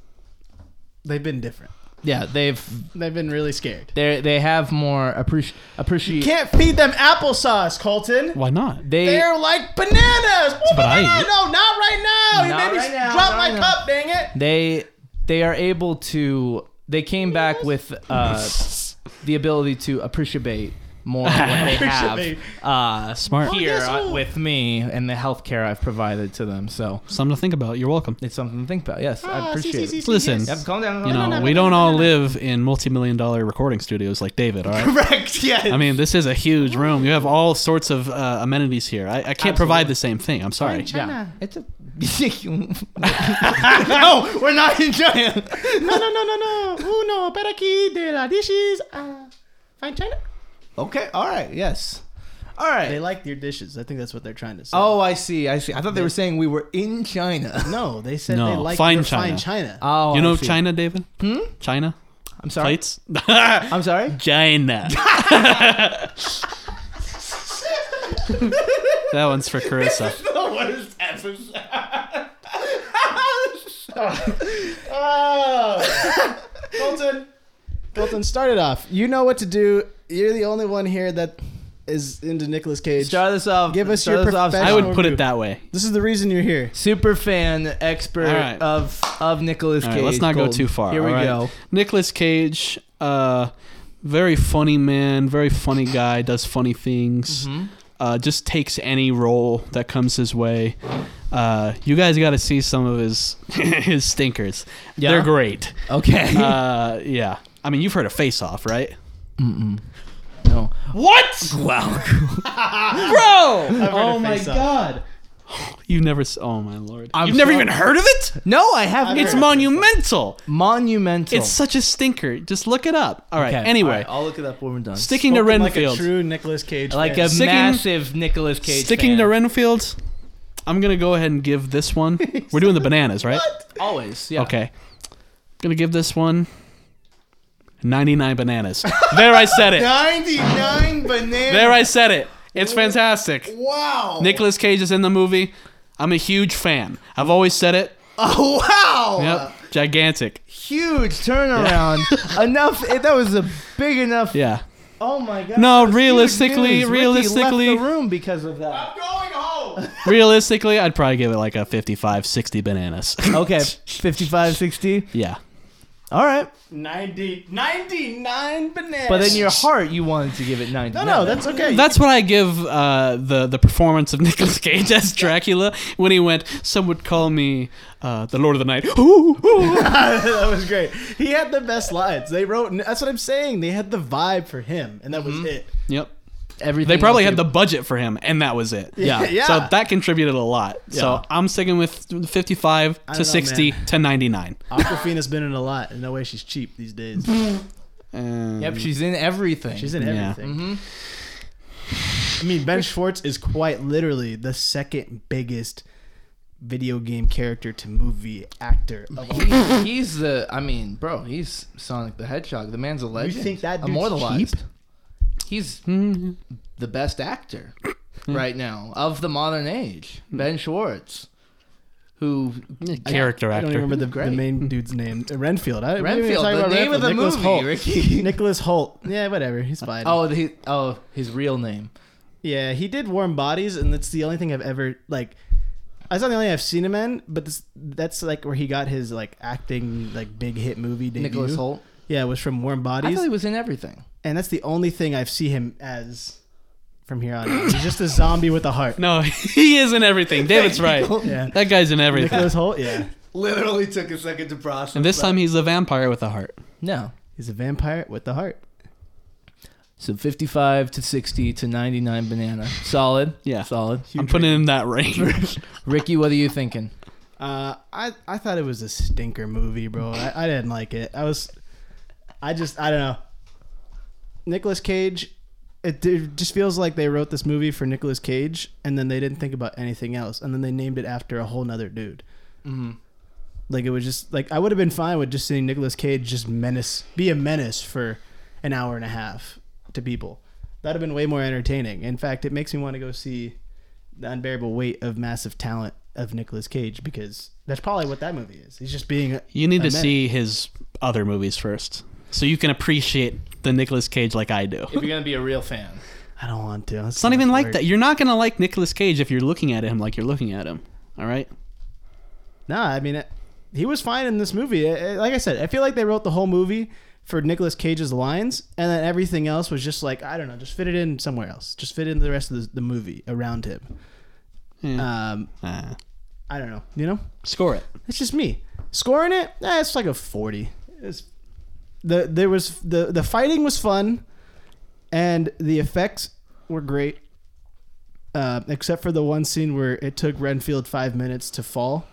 B: they've been different.
A: yeah, they've
B: They've been really scared.
A: they they have more appreci- appreciate.
B: Can't feed them applesauce, Colton.
C: Why not?
A: they
B: They're like bananas.
C: what I
B: No,
C: eat.
B: no, not right now. You
A: Not
B: made me
A: right now,
B: drop
A: not
B: my
A: right now.
B: cup. Dang it.
A: they they are able to they came back with uh, the ability to appreciate more of what they
B: Appreciate
A: have
B: it.
A: uh,
C: Smart.
A: here
B: yes,
A: uh,
B: oh.
A: with me and the healthcare I've provided to them. So
C: Something to think about. You're welcome.
A: it's something to think about. Yes, I
B: Ah, see,
A: appreciate
B: see,
A: it.
B: see,
C: Listen.
B: yes.
A: Yep, calm down. calm
C: You
A: down.
C: know, we don't all live in multi-million dollar recording studios like David. All right.
A: correct. Yes.
C: I mean, this is a huge room. You have all sorts of uh, amenities here. I, I can't provide the same thing. I'm sorry.
A: yeah,
B: China.
A: it's a. no, we're not in China.
B: No, no, no, no, no. Uno, para aquí de la dishes. Uh, fine China.
A: Okay. All right. Yes. All
B: They
A: right.
B: like your dishes. I think that's what they're trying to say.
A: Oh, I see. I see. I thought they were saying we were in China.
B: no, they said
C: No,
B: they like
C: fine
B: your
C: China.
B: fine China.
A: Oh,
C: You
A: I
C: know
A: see.
C: China, David? Hmm? China?
A: I'm sorry.
C: Plates?
A: I'm sorry.
C: China. that one's for Carissa.
A: the worst episode.
B: Oh. Colton. Colton, start it off. You know what to do. You're the only one here that is into Nicolas Cage.
A: Start this off.
B: Give us
A: start
B: your
A: this off
B: professional-
C: I
A: strong.
C: would put it that way.
B: This is the reason you're here.
A: super fan expert
C: All right.
A: of of Nicolas
C: All
A: Cage.
C: right, let's not go
A: Colton.
C: too far.
A: Here we
C: all right?
A: go.
C: Nicolas Cage, uh, very funny man, very funny guy, does funny things.
A: Mm-hmm. Hmm?
C: Uh, just takes any role that comes his way. Uh, you guys got to see some of his his stinkers.
A: Yeah?
C: They're great.
A: Okay.
C: Uh, yeah. I mean, you've heard of Face Off, right?
A: no.
C: What?
A: Wow.
C: Bro!
B: heard
C: oh
B: of
C: my
B: Face Off.
C: god. You've never s- Oh my lord.
A: I'm
C: You've never
A: sorry.
C: even heard of it?
A: No, I haven't.
C: It's monumental.
A: monumental.
C: It's such a stinker. Just look it up. All right.
A: Okay,
C: Anyway,
A: all right, I'll look it up when we're done.
C: sticking to
B: Spoken like
C: Renfield.
B: a true Nicolas Cage.
A: like
B: fan.
A: a
C: Sticking-
A: massive Nicolas Cage.
C: sticking
A: fan.
C: to Renfield. I'm gonna go ahead and give this one. We're doing the bananas, right?
A: always. Yeah.
C: Okay. gonna give this one 99 bananas. there I said it.
A: 99 bananas.
C: There I said it. It's fantastic.
A: wow.
C: Nicolas Cage is in the movie. I'm a huge fan. I've always said it.
A: Oh wow.
C: Yep. Gigantic.
A: Huge turnaround. enough. It, that was a big enough.
C: Yeah.
A: Oh my god.
C: No,
A: Huge
C: realistically,
A: news. Ricky
C: realistically,
A: left the room because of that.
C: realistically, I'd probably give it like a 55, 60 bananas.
A: Okay, 55, 60.
C: yeah.
A: All right.
B: 90, 99 bananas.
A: But in your heart, you wanted to give it 90.
B: No, no, that's okay.
C: That's what I give uh, the the performance of Nicolas Cage as Dracula when he went. Some would call me uh, the Lord of the Night. Ooh, ooh.
B: that was great. He had the best lines. They wrote. That's what I'm saying. They had the vibe for him, and that
C: Mm-hmm.
B: was it.
C: yep.
A: everything.
C: They probably had
A: else
C: the budget for him, and that was it.
A: Yeah.
B: yeah.
C: So that contributed a lot. So I'm sticking with 55
B: I
C: to
B: don't know,
C: 60 to 99.
B: Aquafina's been in a lot, and no way she's cheap these days.
C: Um,
A: you- Yep, she's in everything. Mm-hmm.
B: She's in
C: Yeah.
B: everything. I mean, Ben Schwartz is quite literally the second biggest video game character to movie actor of all time.
A: He- he's the. I mean, bro, he's Sonic the Hedgehog. The man's a legend.
B: think that dude's
A: immortalized?
B: cheap?
A: He's the best actor right now of the modern age. Ben Schwartz, who
C: character
B: I don't
C: actor.
B: even remember the, the
A: Great.
B: main dude's name. Uh, Renfield. I, we didn't even
A: Renfield,
B: talk
A: the
B: about
A: name of the
B: Nicholas
A: movie,
B: Holt.
A: Ricky.
B: Nicholas Holt. Yeah, whatever. He's fine.
A: Oh, the, oh, his real name.
B: Yeah, he did Warm Bodies, and that's the only thing I've ever like. That's not the only I've seen him in, but this, that's like where he got his like acting like big hit movie debut.
A: Nicholas Holt.
B: Yeah, it was from Warm
A: I
B: Bodies,
A: thought he was in everything.
B: and that's the only thing I've seen him as from here on. out. He's just a zombie with a heart.
C: No, he is in everything. David's right.
B: Yeah,
C: That guy's in everything.
B: Nicholas Holt. Yeah,
A: Literally took a second to process.
C: And this time he's a vampire with a heart.
A: no.
B: he's a vampire with a heart.
A: So 55 to 60 to 99 banana. Solid.
C: Yeah.
A: Solid.
C: I'm putting him in that range.
A: Ricky, what are you thinking?
B: Uh, I I thought it was a stinker movie, bro. I, I didn't like it. I was, I just I don't know. Nicolas Cage, it, it just feels like they wrote this movie for Nicolas Cage, and then they didn't think about anything else, and then they named it after a whole nother dude.
C: Mm-hmm.
B: Like it was just like I would have been fine with just seeing Nicolas Cage just menace, be a menace for an hour and a half to people. That'd have been way more entertaining. In fact, it makes me want to go see the unbearable weight of massive talent of Nicolas Cage because that's probably what that movie is. He's just being. a-
C: You need
B: a
C: to
B: menace.
C: see his other movies first, so you can appreciate the Nicolas Cage like I do.
A: If you're going to be a real fan.
B: I don't want to.
C: It's not even like that. You're not gonna like Nicolas Cage if you're looking at him like you're looking at him. All right.
B: Nah, I mean, it, he was fine in this movie. I- I- like I said, I feel like they wrote the whole movie for Nicolas Cage's lines, and then everything else was just like I don't know, just fit it in somewhere else, just fit in the rest of the, the movie around him.
C: Yeah.
B: Um,
C: Uh,
B: I don't know, you know,
C: score it.
B: it's just me scoring it. Eh, it's like a forty. It's the there was the the fighting was fun, and the effects were great. Uh, except for the one scene where it took Renfield five minutes to fall.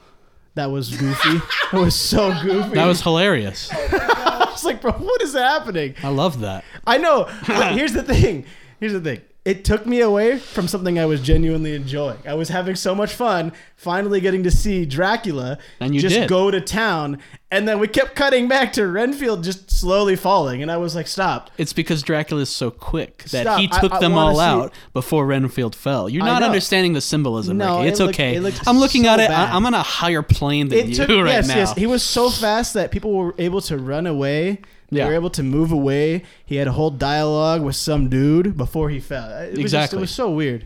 B: That was goofy. it was so goofy.
C: That was hilarious.
B: I was like, bro, what is happening?
C: I love that.
B: I know. but here's the thing. Here's the thing. It took me away from something I was genuinely enjoying. I was having so much fun finally getting to see Dracula
C: And you
B: just
C: did.
B: go to town. And then we kept cutting back to Renfield just slowly falling. And I was like, stop.
C: It's because Dracula's so quick that
B: Stop.
C: he
B: I-
C: took
B: I
C: them
B: wanna
C: all
B: see-
C: out before Renfield fell. You're
B: I
C: not
B: know.
C: understanding the symbolism,
B: No,
C: Ricky.
B: it
C: It's
B: looked-
C: okay.
B: it looked
C: I'm looking
B: so
C: at it.
B: bad.
C: I, I'm on a higher plane than you right
B: yes,
C: now.
B: yes. He was so fast that people were able to run away. They
C: Yeah.
B: were able to move away. He had a whole dialogue with some dude before he fell. It was just-
C: Exactly.
B: it was so weird.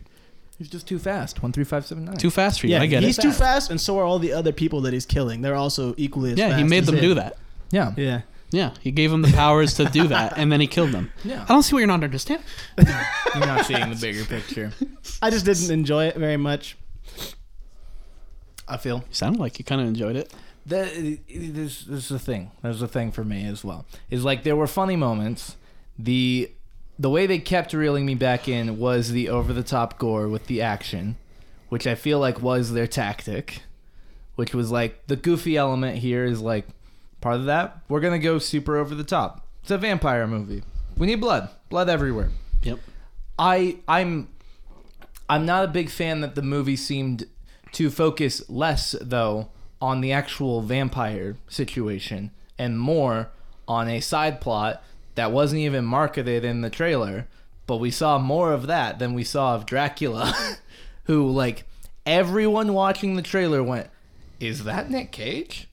A: He's just too fast. One three five seven nine.
C: too fast for you.
B: Yeah,
C: I get
B: he's
C: it.
B: too fast, and so are all the other people that he's killing. They're also equally as
C: Yeah,
B: fast.
C: he made
B: as
C: them
B: him.
C: do that.
A: Yeah.
B: Yeah.
C: Yeah, he gave them the powers to do that, and then he killed them.
A: Yeah.
C: I don't see what you're not understanding.
A: You're not seeing the bigger picture.
B: I just didn't enjoy it very much.
A: I feel.
C: You sound like you kind of enjoyed it.
A: that this, this is the thing. That's the thing for me as well. Is like there were funny moments. The the way they kept reeling me back in was the over the top gore with the action, which I feel like was their tactic, which was like the goofy element here is like part of that. We're gonna go super over the top. It's a vampire movie. We need blood, blood everywhere.
C: Yep.
A: I I'm I'm not a big fan that the movie seemed to focus less though on the actual vampire situation and more on a side plot that wasn't even marketed in the trailer, but we saw more of that than we saw of Dracula who like everyone watching the trailer went is that Nick Cage?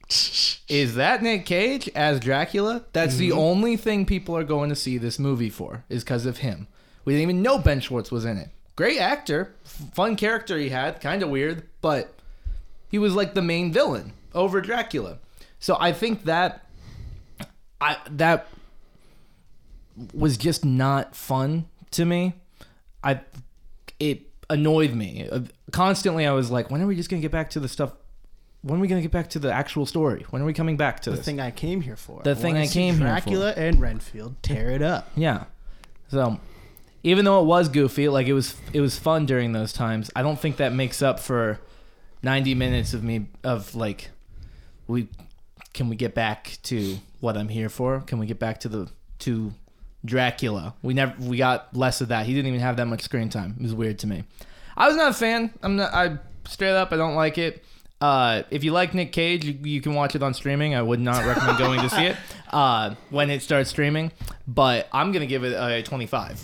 A: Is that Nick Cage as Dracula? That's the only thing people are going to see this movie for, is because of him. We didn't even know Ben Schwartz was in it. Great actor, f- fun character he had, kind of weird, but he was like the main villain over Dracula. So I think that I that was just not fun to me. I it annoyed me Uh, constantly. I was like, when are we just gonna get back to the stuff? When are we gonna get back to the actual story? When are we coming back to
B: The
A: this?
B: thing I came here for.
A: The thing
B: wanna
A: I
B: see
A: came here for.
B: Dracula and Renfield tear it up.
A: Yeah. So even though it was goofy, like it was it was fun during those times. I don't think that makes up for 90 minutes of me of like we can we get back to what I'm here for? Can we get back to the to Dracula? We never we got less of that. He didn't even have that much screen time. It was weird to me. I was not a fan. I'm not I straight up I don't like it. Uh, if you like Nick Cage, you, you can watch it on streaming. I would not recommend going to see it uh, when it starts streaming. But I'm gonna give it a 25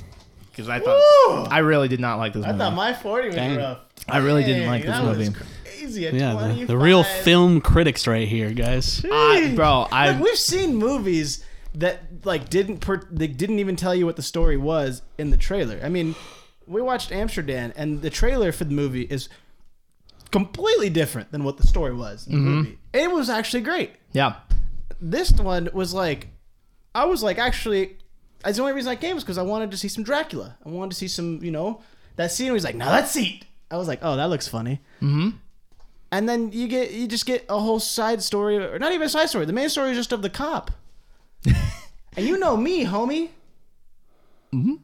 A: because I thought
B: Woo!
A: I really did not like this
B: I
A: movie.
B: thought my 40 was
C: Dang.
B: rough.
A: I really didn't like this
B: that was
A: movie.
B: crazy at
C: Yeah, the,
B: 25.
C: the real film critics right here, guys.
A: I, bro, I
B: Like, we've seen movies that like didn't per- they didn't even tell you what the story was in the trailer. I mean, we watched Amsterdam, and the trailer for the movie is completely different than what the story was in the
A: Mm-hmm.
B: movie. It was actually great.
A: yeah.
B: this one was like, I was like, actually, that's the only reason I came was because I wanted to see some Dracula. I wanted to see some, you know, that scene. Where he's like, now that seat. I was like, oh, that looks funny. Mm-hmm. And then you get, you just get a whole side story, or not even a side story. The main story is just of the cop. and you know me, homie.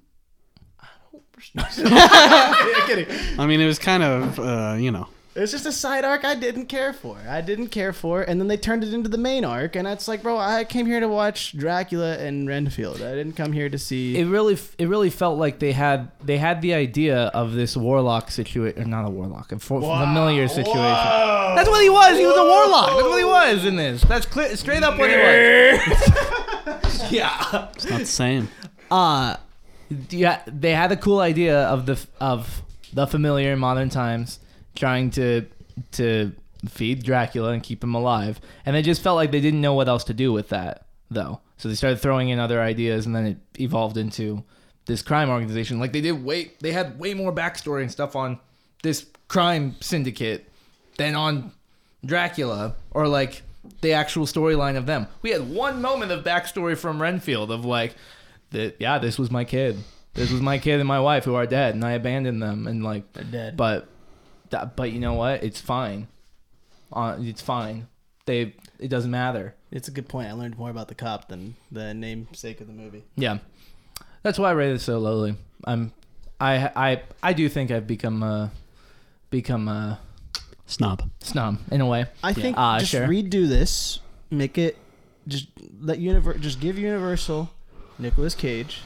B: Mm-hmm. I don't. Yeah, kidding.
C: I mean, it was kind of, uh, you know,
B: It's just a side arc I didn't care for. I didn't care for, and then they turned it into the main arc, and it's like, bro, I came here to watch Dracula and Renfield. I didn't come here to see.
A: It really, it really felt like they had they had the idea of this warlock situation, or not a warlock, a for- familiar situation. That's what he was. He was a warlock. That's what he was in this. That's clear, straight up what he was. yeah.
C: it's not the same.
A: Uh, yeah. They had a cool idea of the of the familiar in modern times, trying to to feed Dracula and keep him alive, and they just felt like they didn't know what else to do with that though. So they started throwing in other ideas, and then it evolved into this crime organization. Like they did way they had way more backstory and stuff on this crime syndicate than on Dracula or like the actual storyline of them. We had one moment of backstory from Renfield of like, the, yeah, this was my kid. This was my kid and my wife who are dead, and I abandoned them, and like they're
B: dead.
A: But, that, but you know what? It's fine. Uh, it's fine. They. It doesn't matter.
B: It's a good point. I learned more about the cop than the namesake of the movie.
A: Yeah, that's why I rate it so lowly. I'm, I, I, I do think I've become a, become a
C: Snob.
A: snob in a way.
B: I think
A: Uh,
B: just
A: sure.
B: redo this, make it just let univer just give Universal Nicolas Cage,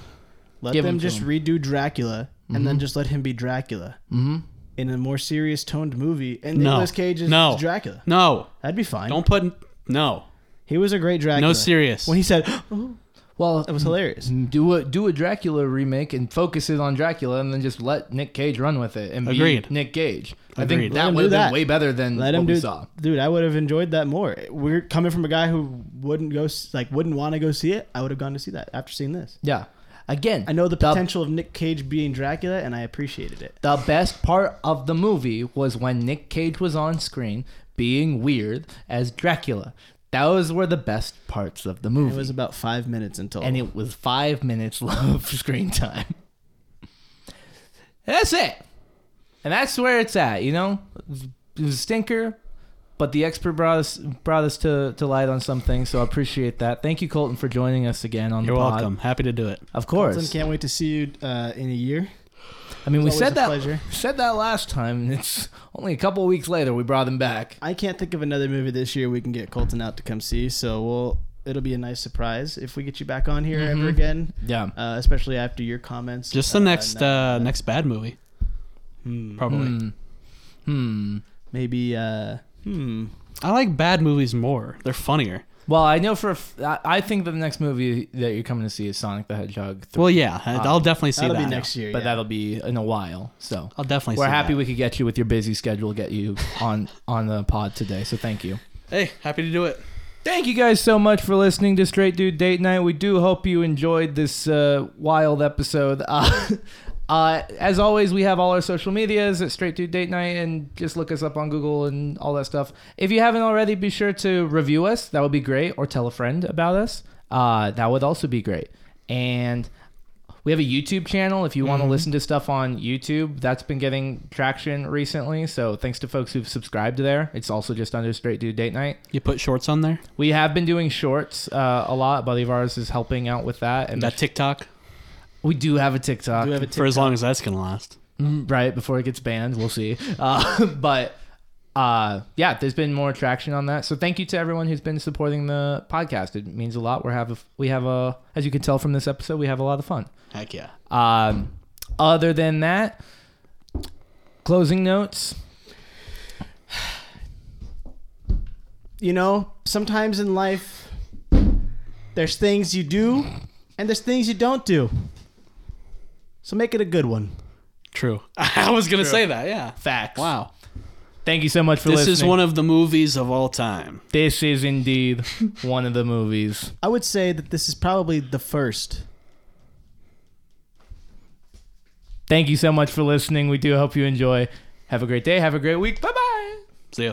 B: let
A: Give him
B: them
A: to
B: just
A: him.
B: redo Dracula, and then just let him be Dracula
A: Mm-hmm.
B: in a more serious toned movie, and
C: No.
B: Nicolas Cage is
C: No.
B: Dracula.
C: No.
B: That'd be fine.
C: Don't put. No.
B: He was a great Dracula.
C: No serious.
B: When he said, "Oh,"
A: Well,
B: that was hilarious.
A: do a do a Dracula remake and focus it on Dracula, and then just let Nick Cage run with it and
C: Agreed.
A: be Nick Cage. I
C: Agreed.
A: think
B: Let
A: that
B: him
A: would have
B: do
A: been
B: that.
A: way better than
B: Let him
A: what we
B: do,
A: saw.
B: dude. I would have enjoyed that more. We're coming from a guy who wouldn't go, s- like, wouldn't want to go see it. I would have gone to see that after seeing this.
A: Yeah. Again,
B: I know the
A: the,
B: potential of Nick Cage being Dracula, and I appreciated it.
A: the best part of the movie was when Nick Cage was on screen being weird as Dracula. Those were the best parts of the movie.
B: It was about five minutes until.
A: and it was five minutes of screen time. That's it. And that's where it's at, you know? It was a stinker, but the expert brought us brought us to, to light on something, so I appreciate that. Thank you, Colton, for joining us again on
C: You're
A: the pod.
C: welcome. Happy to do it.
A: Of
B: Colton,
A: course.
B: can't wait to see you uh, in a year.
A: I mean we
B: It's always
A: said
B: a
A: that
B: pleasure.
A: said that last time and it's only a couple weeks later we brought him back.
B: I can't think of another movie this year we can get Colton out to come see, so we'll. It'll be a nice surprise if we get you back on here ever again,
A: Yeah.
B: uh, especially after your comments.
C: Mm-hmm. Just the
B: uh,
C: next
B: no-
C: uh, next bad movie,
B: Hmm.
C: probably.
A: Hmm. Hmm.
B: maybe. Uh, hmm.
C: I like bad movies more. They're funnier.
A: Well, I know for a f- I I think that the next movie that you're coming to see is Sonic the Hedgehog 3.
C: Well, yeah, I-
A: Uh,
C: I'll definitely see
B: That'll
C: that.
B: be next year.
A: but
B: yeah.
A: that'll be in a while. So
C: I'll definitely.
A: We're
C: see
A: happy
C: that.
A: we could get you with your busy schedule, get you on on the pod today. So thank you.
C: Hey, happy to do it.
A: Thank you guys so much for listening to Straight Dude Date Night. We do hope you enjoyed this uh, wild episode. Uh, uh, as always, we have all our social medias at Straight Dude Date Night, and just look us up on Google and all that stuff. If you haven't already, be sure to review us. That would be great, or tell a friend about us. Uh, that would also be great. And we have a YouTube channel. If you want to listen to stuff on YouTube, that's been getting traction recently. So thanks to folks who've subscribed there. It's also just under Straight Dude Date Night.
C: You put shorts on there.
A: We have been doing shorts uh, a lot. Buddy of ours is helping out with that, and
C: That TikTok
A: we do have a TikTok.
B: Do we have a
C: for as
B: TikTok?
C: long as that's gonna last.
A: Mm, right before it gets banned. We'll see. Uh, but uh, yeah, there's been more traction on that. So thank you to everyone who's been supporting the podcast. It means a lot. We have a, we have a as you can tell from this episode, we have a lot of fun.
C: Heck yeah.
A: Um, other than that, closing notes.
B: you know, sometimes in life, there's things you do and there's things you don't do. So make it a good one.
C: True. I was gonna say that. Yeah.
A: Facts.
C: Wow.
A: Thank you so much for
C: This
A: listening.
C: is one of the movies of all time.
A: this is indeed one of the movies.
B: I would say that this is probably the first.
A: Thank you so much for listening. We do hope you enjoy. Have a great day. Have a great week. Bye bye.
C: See ya.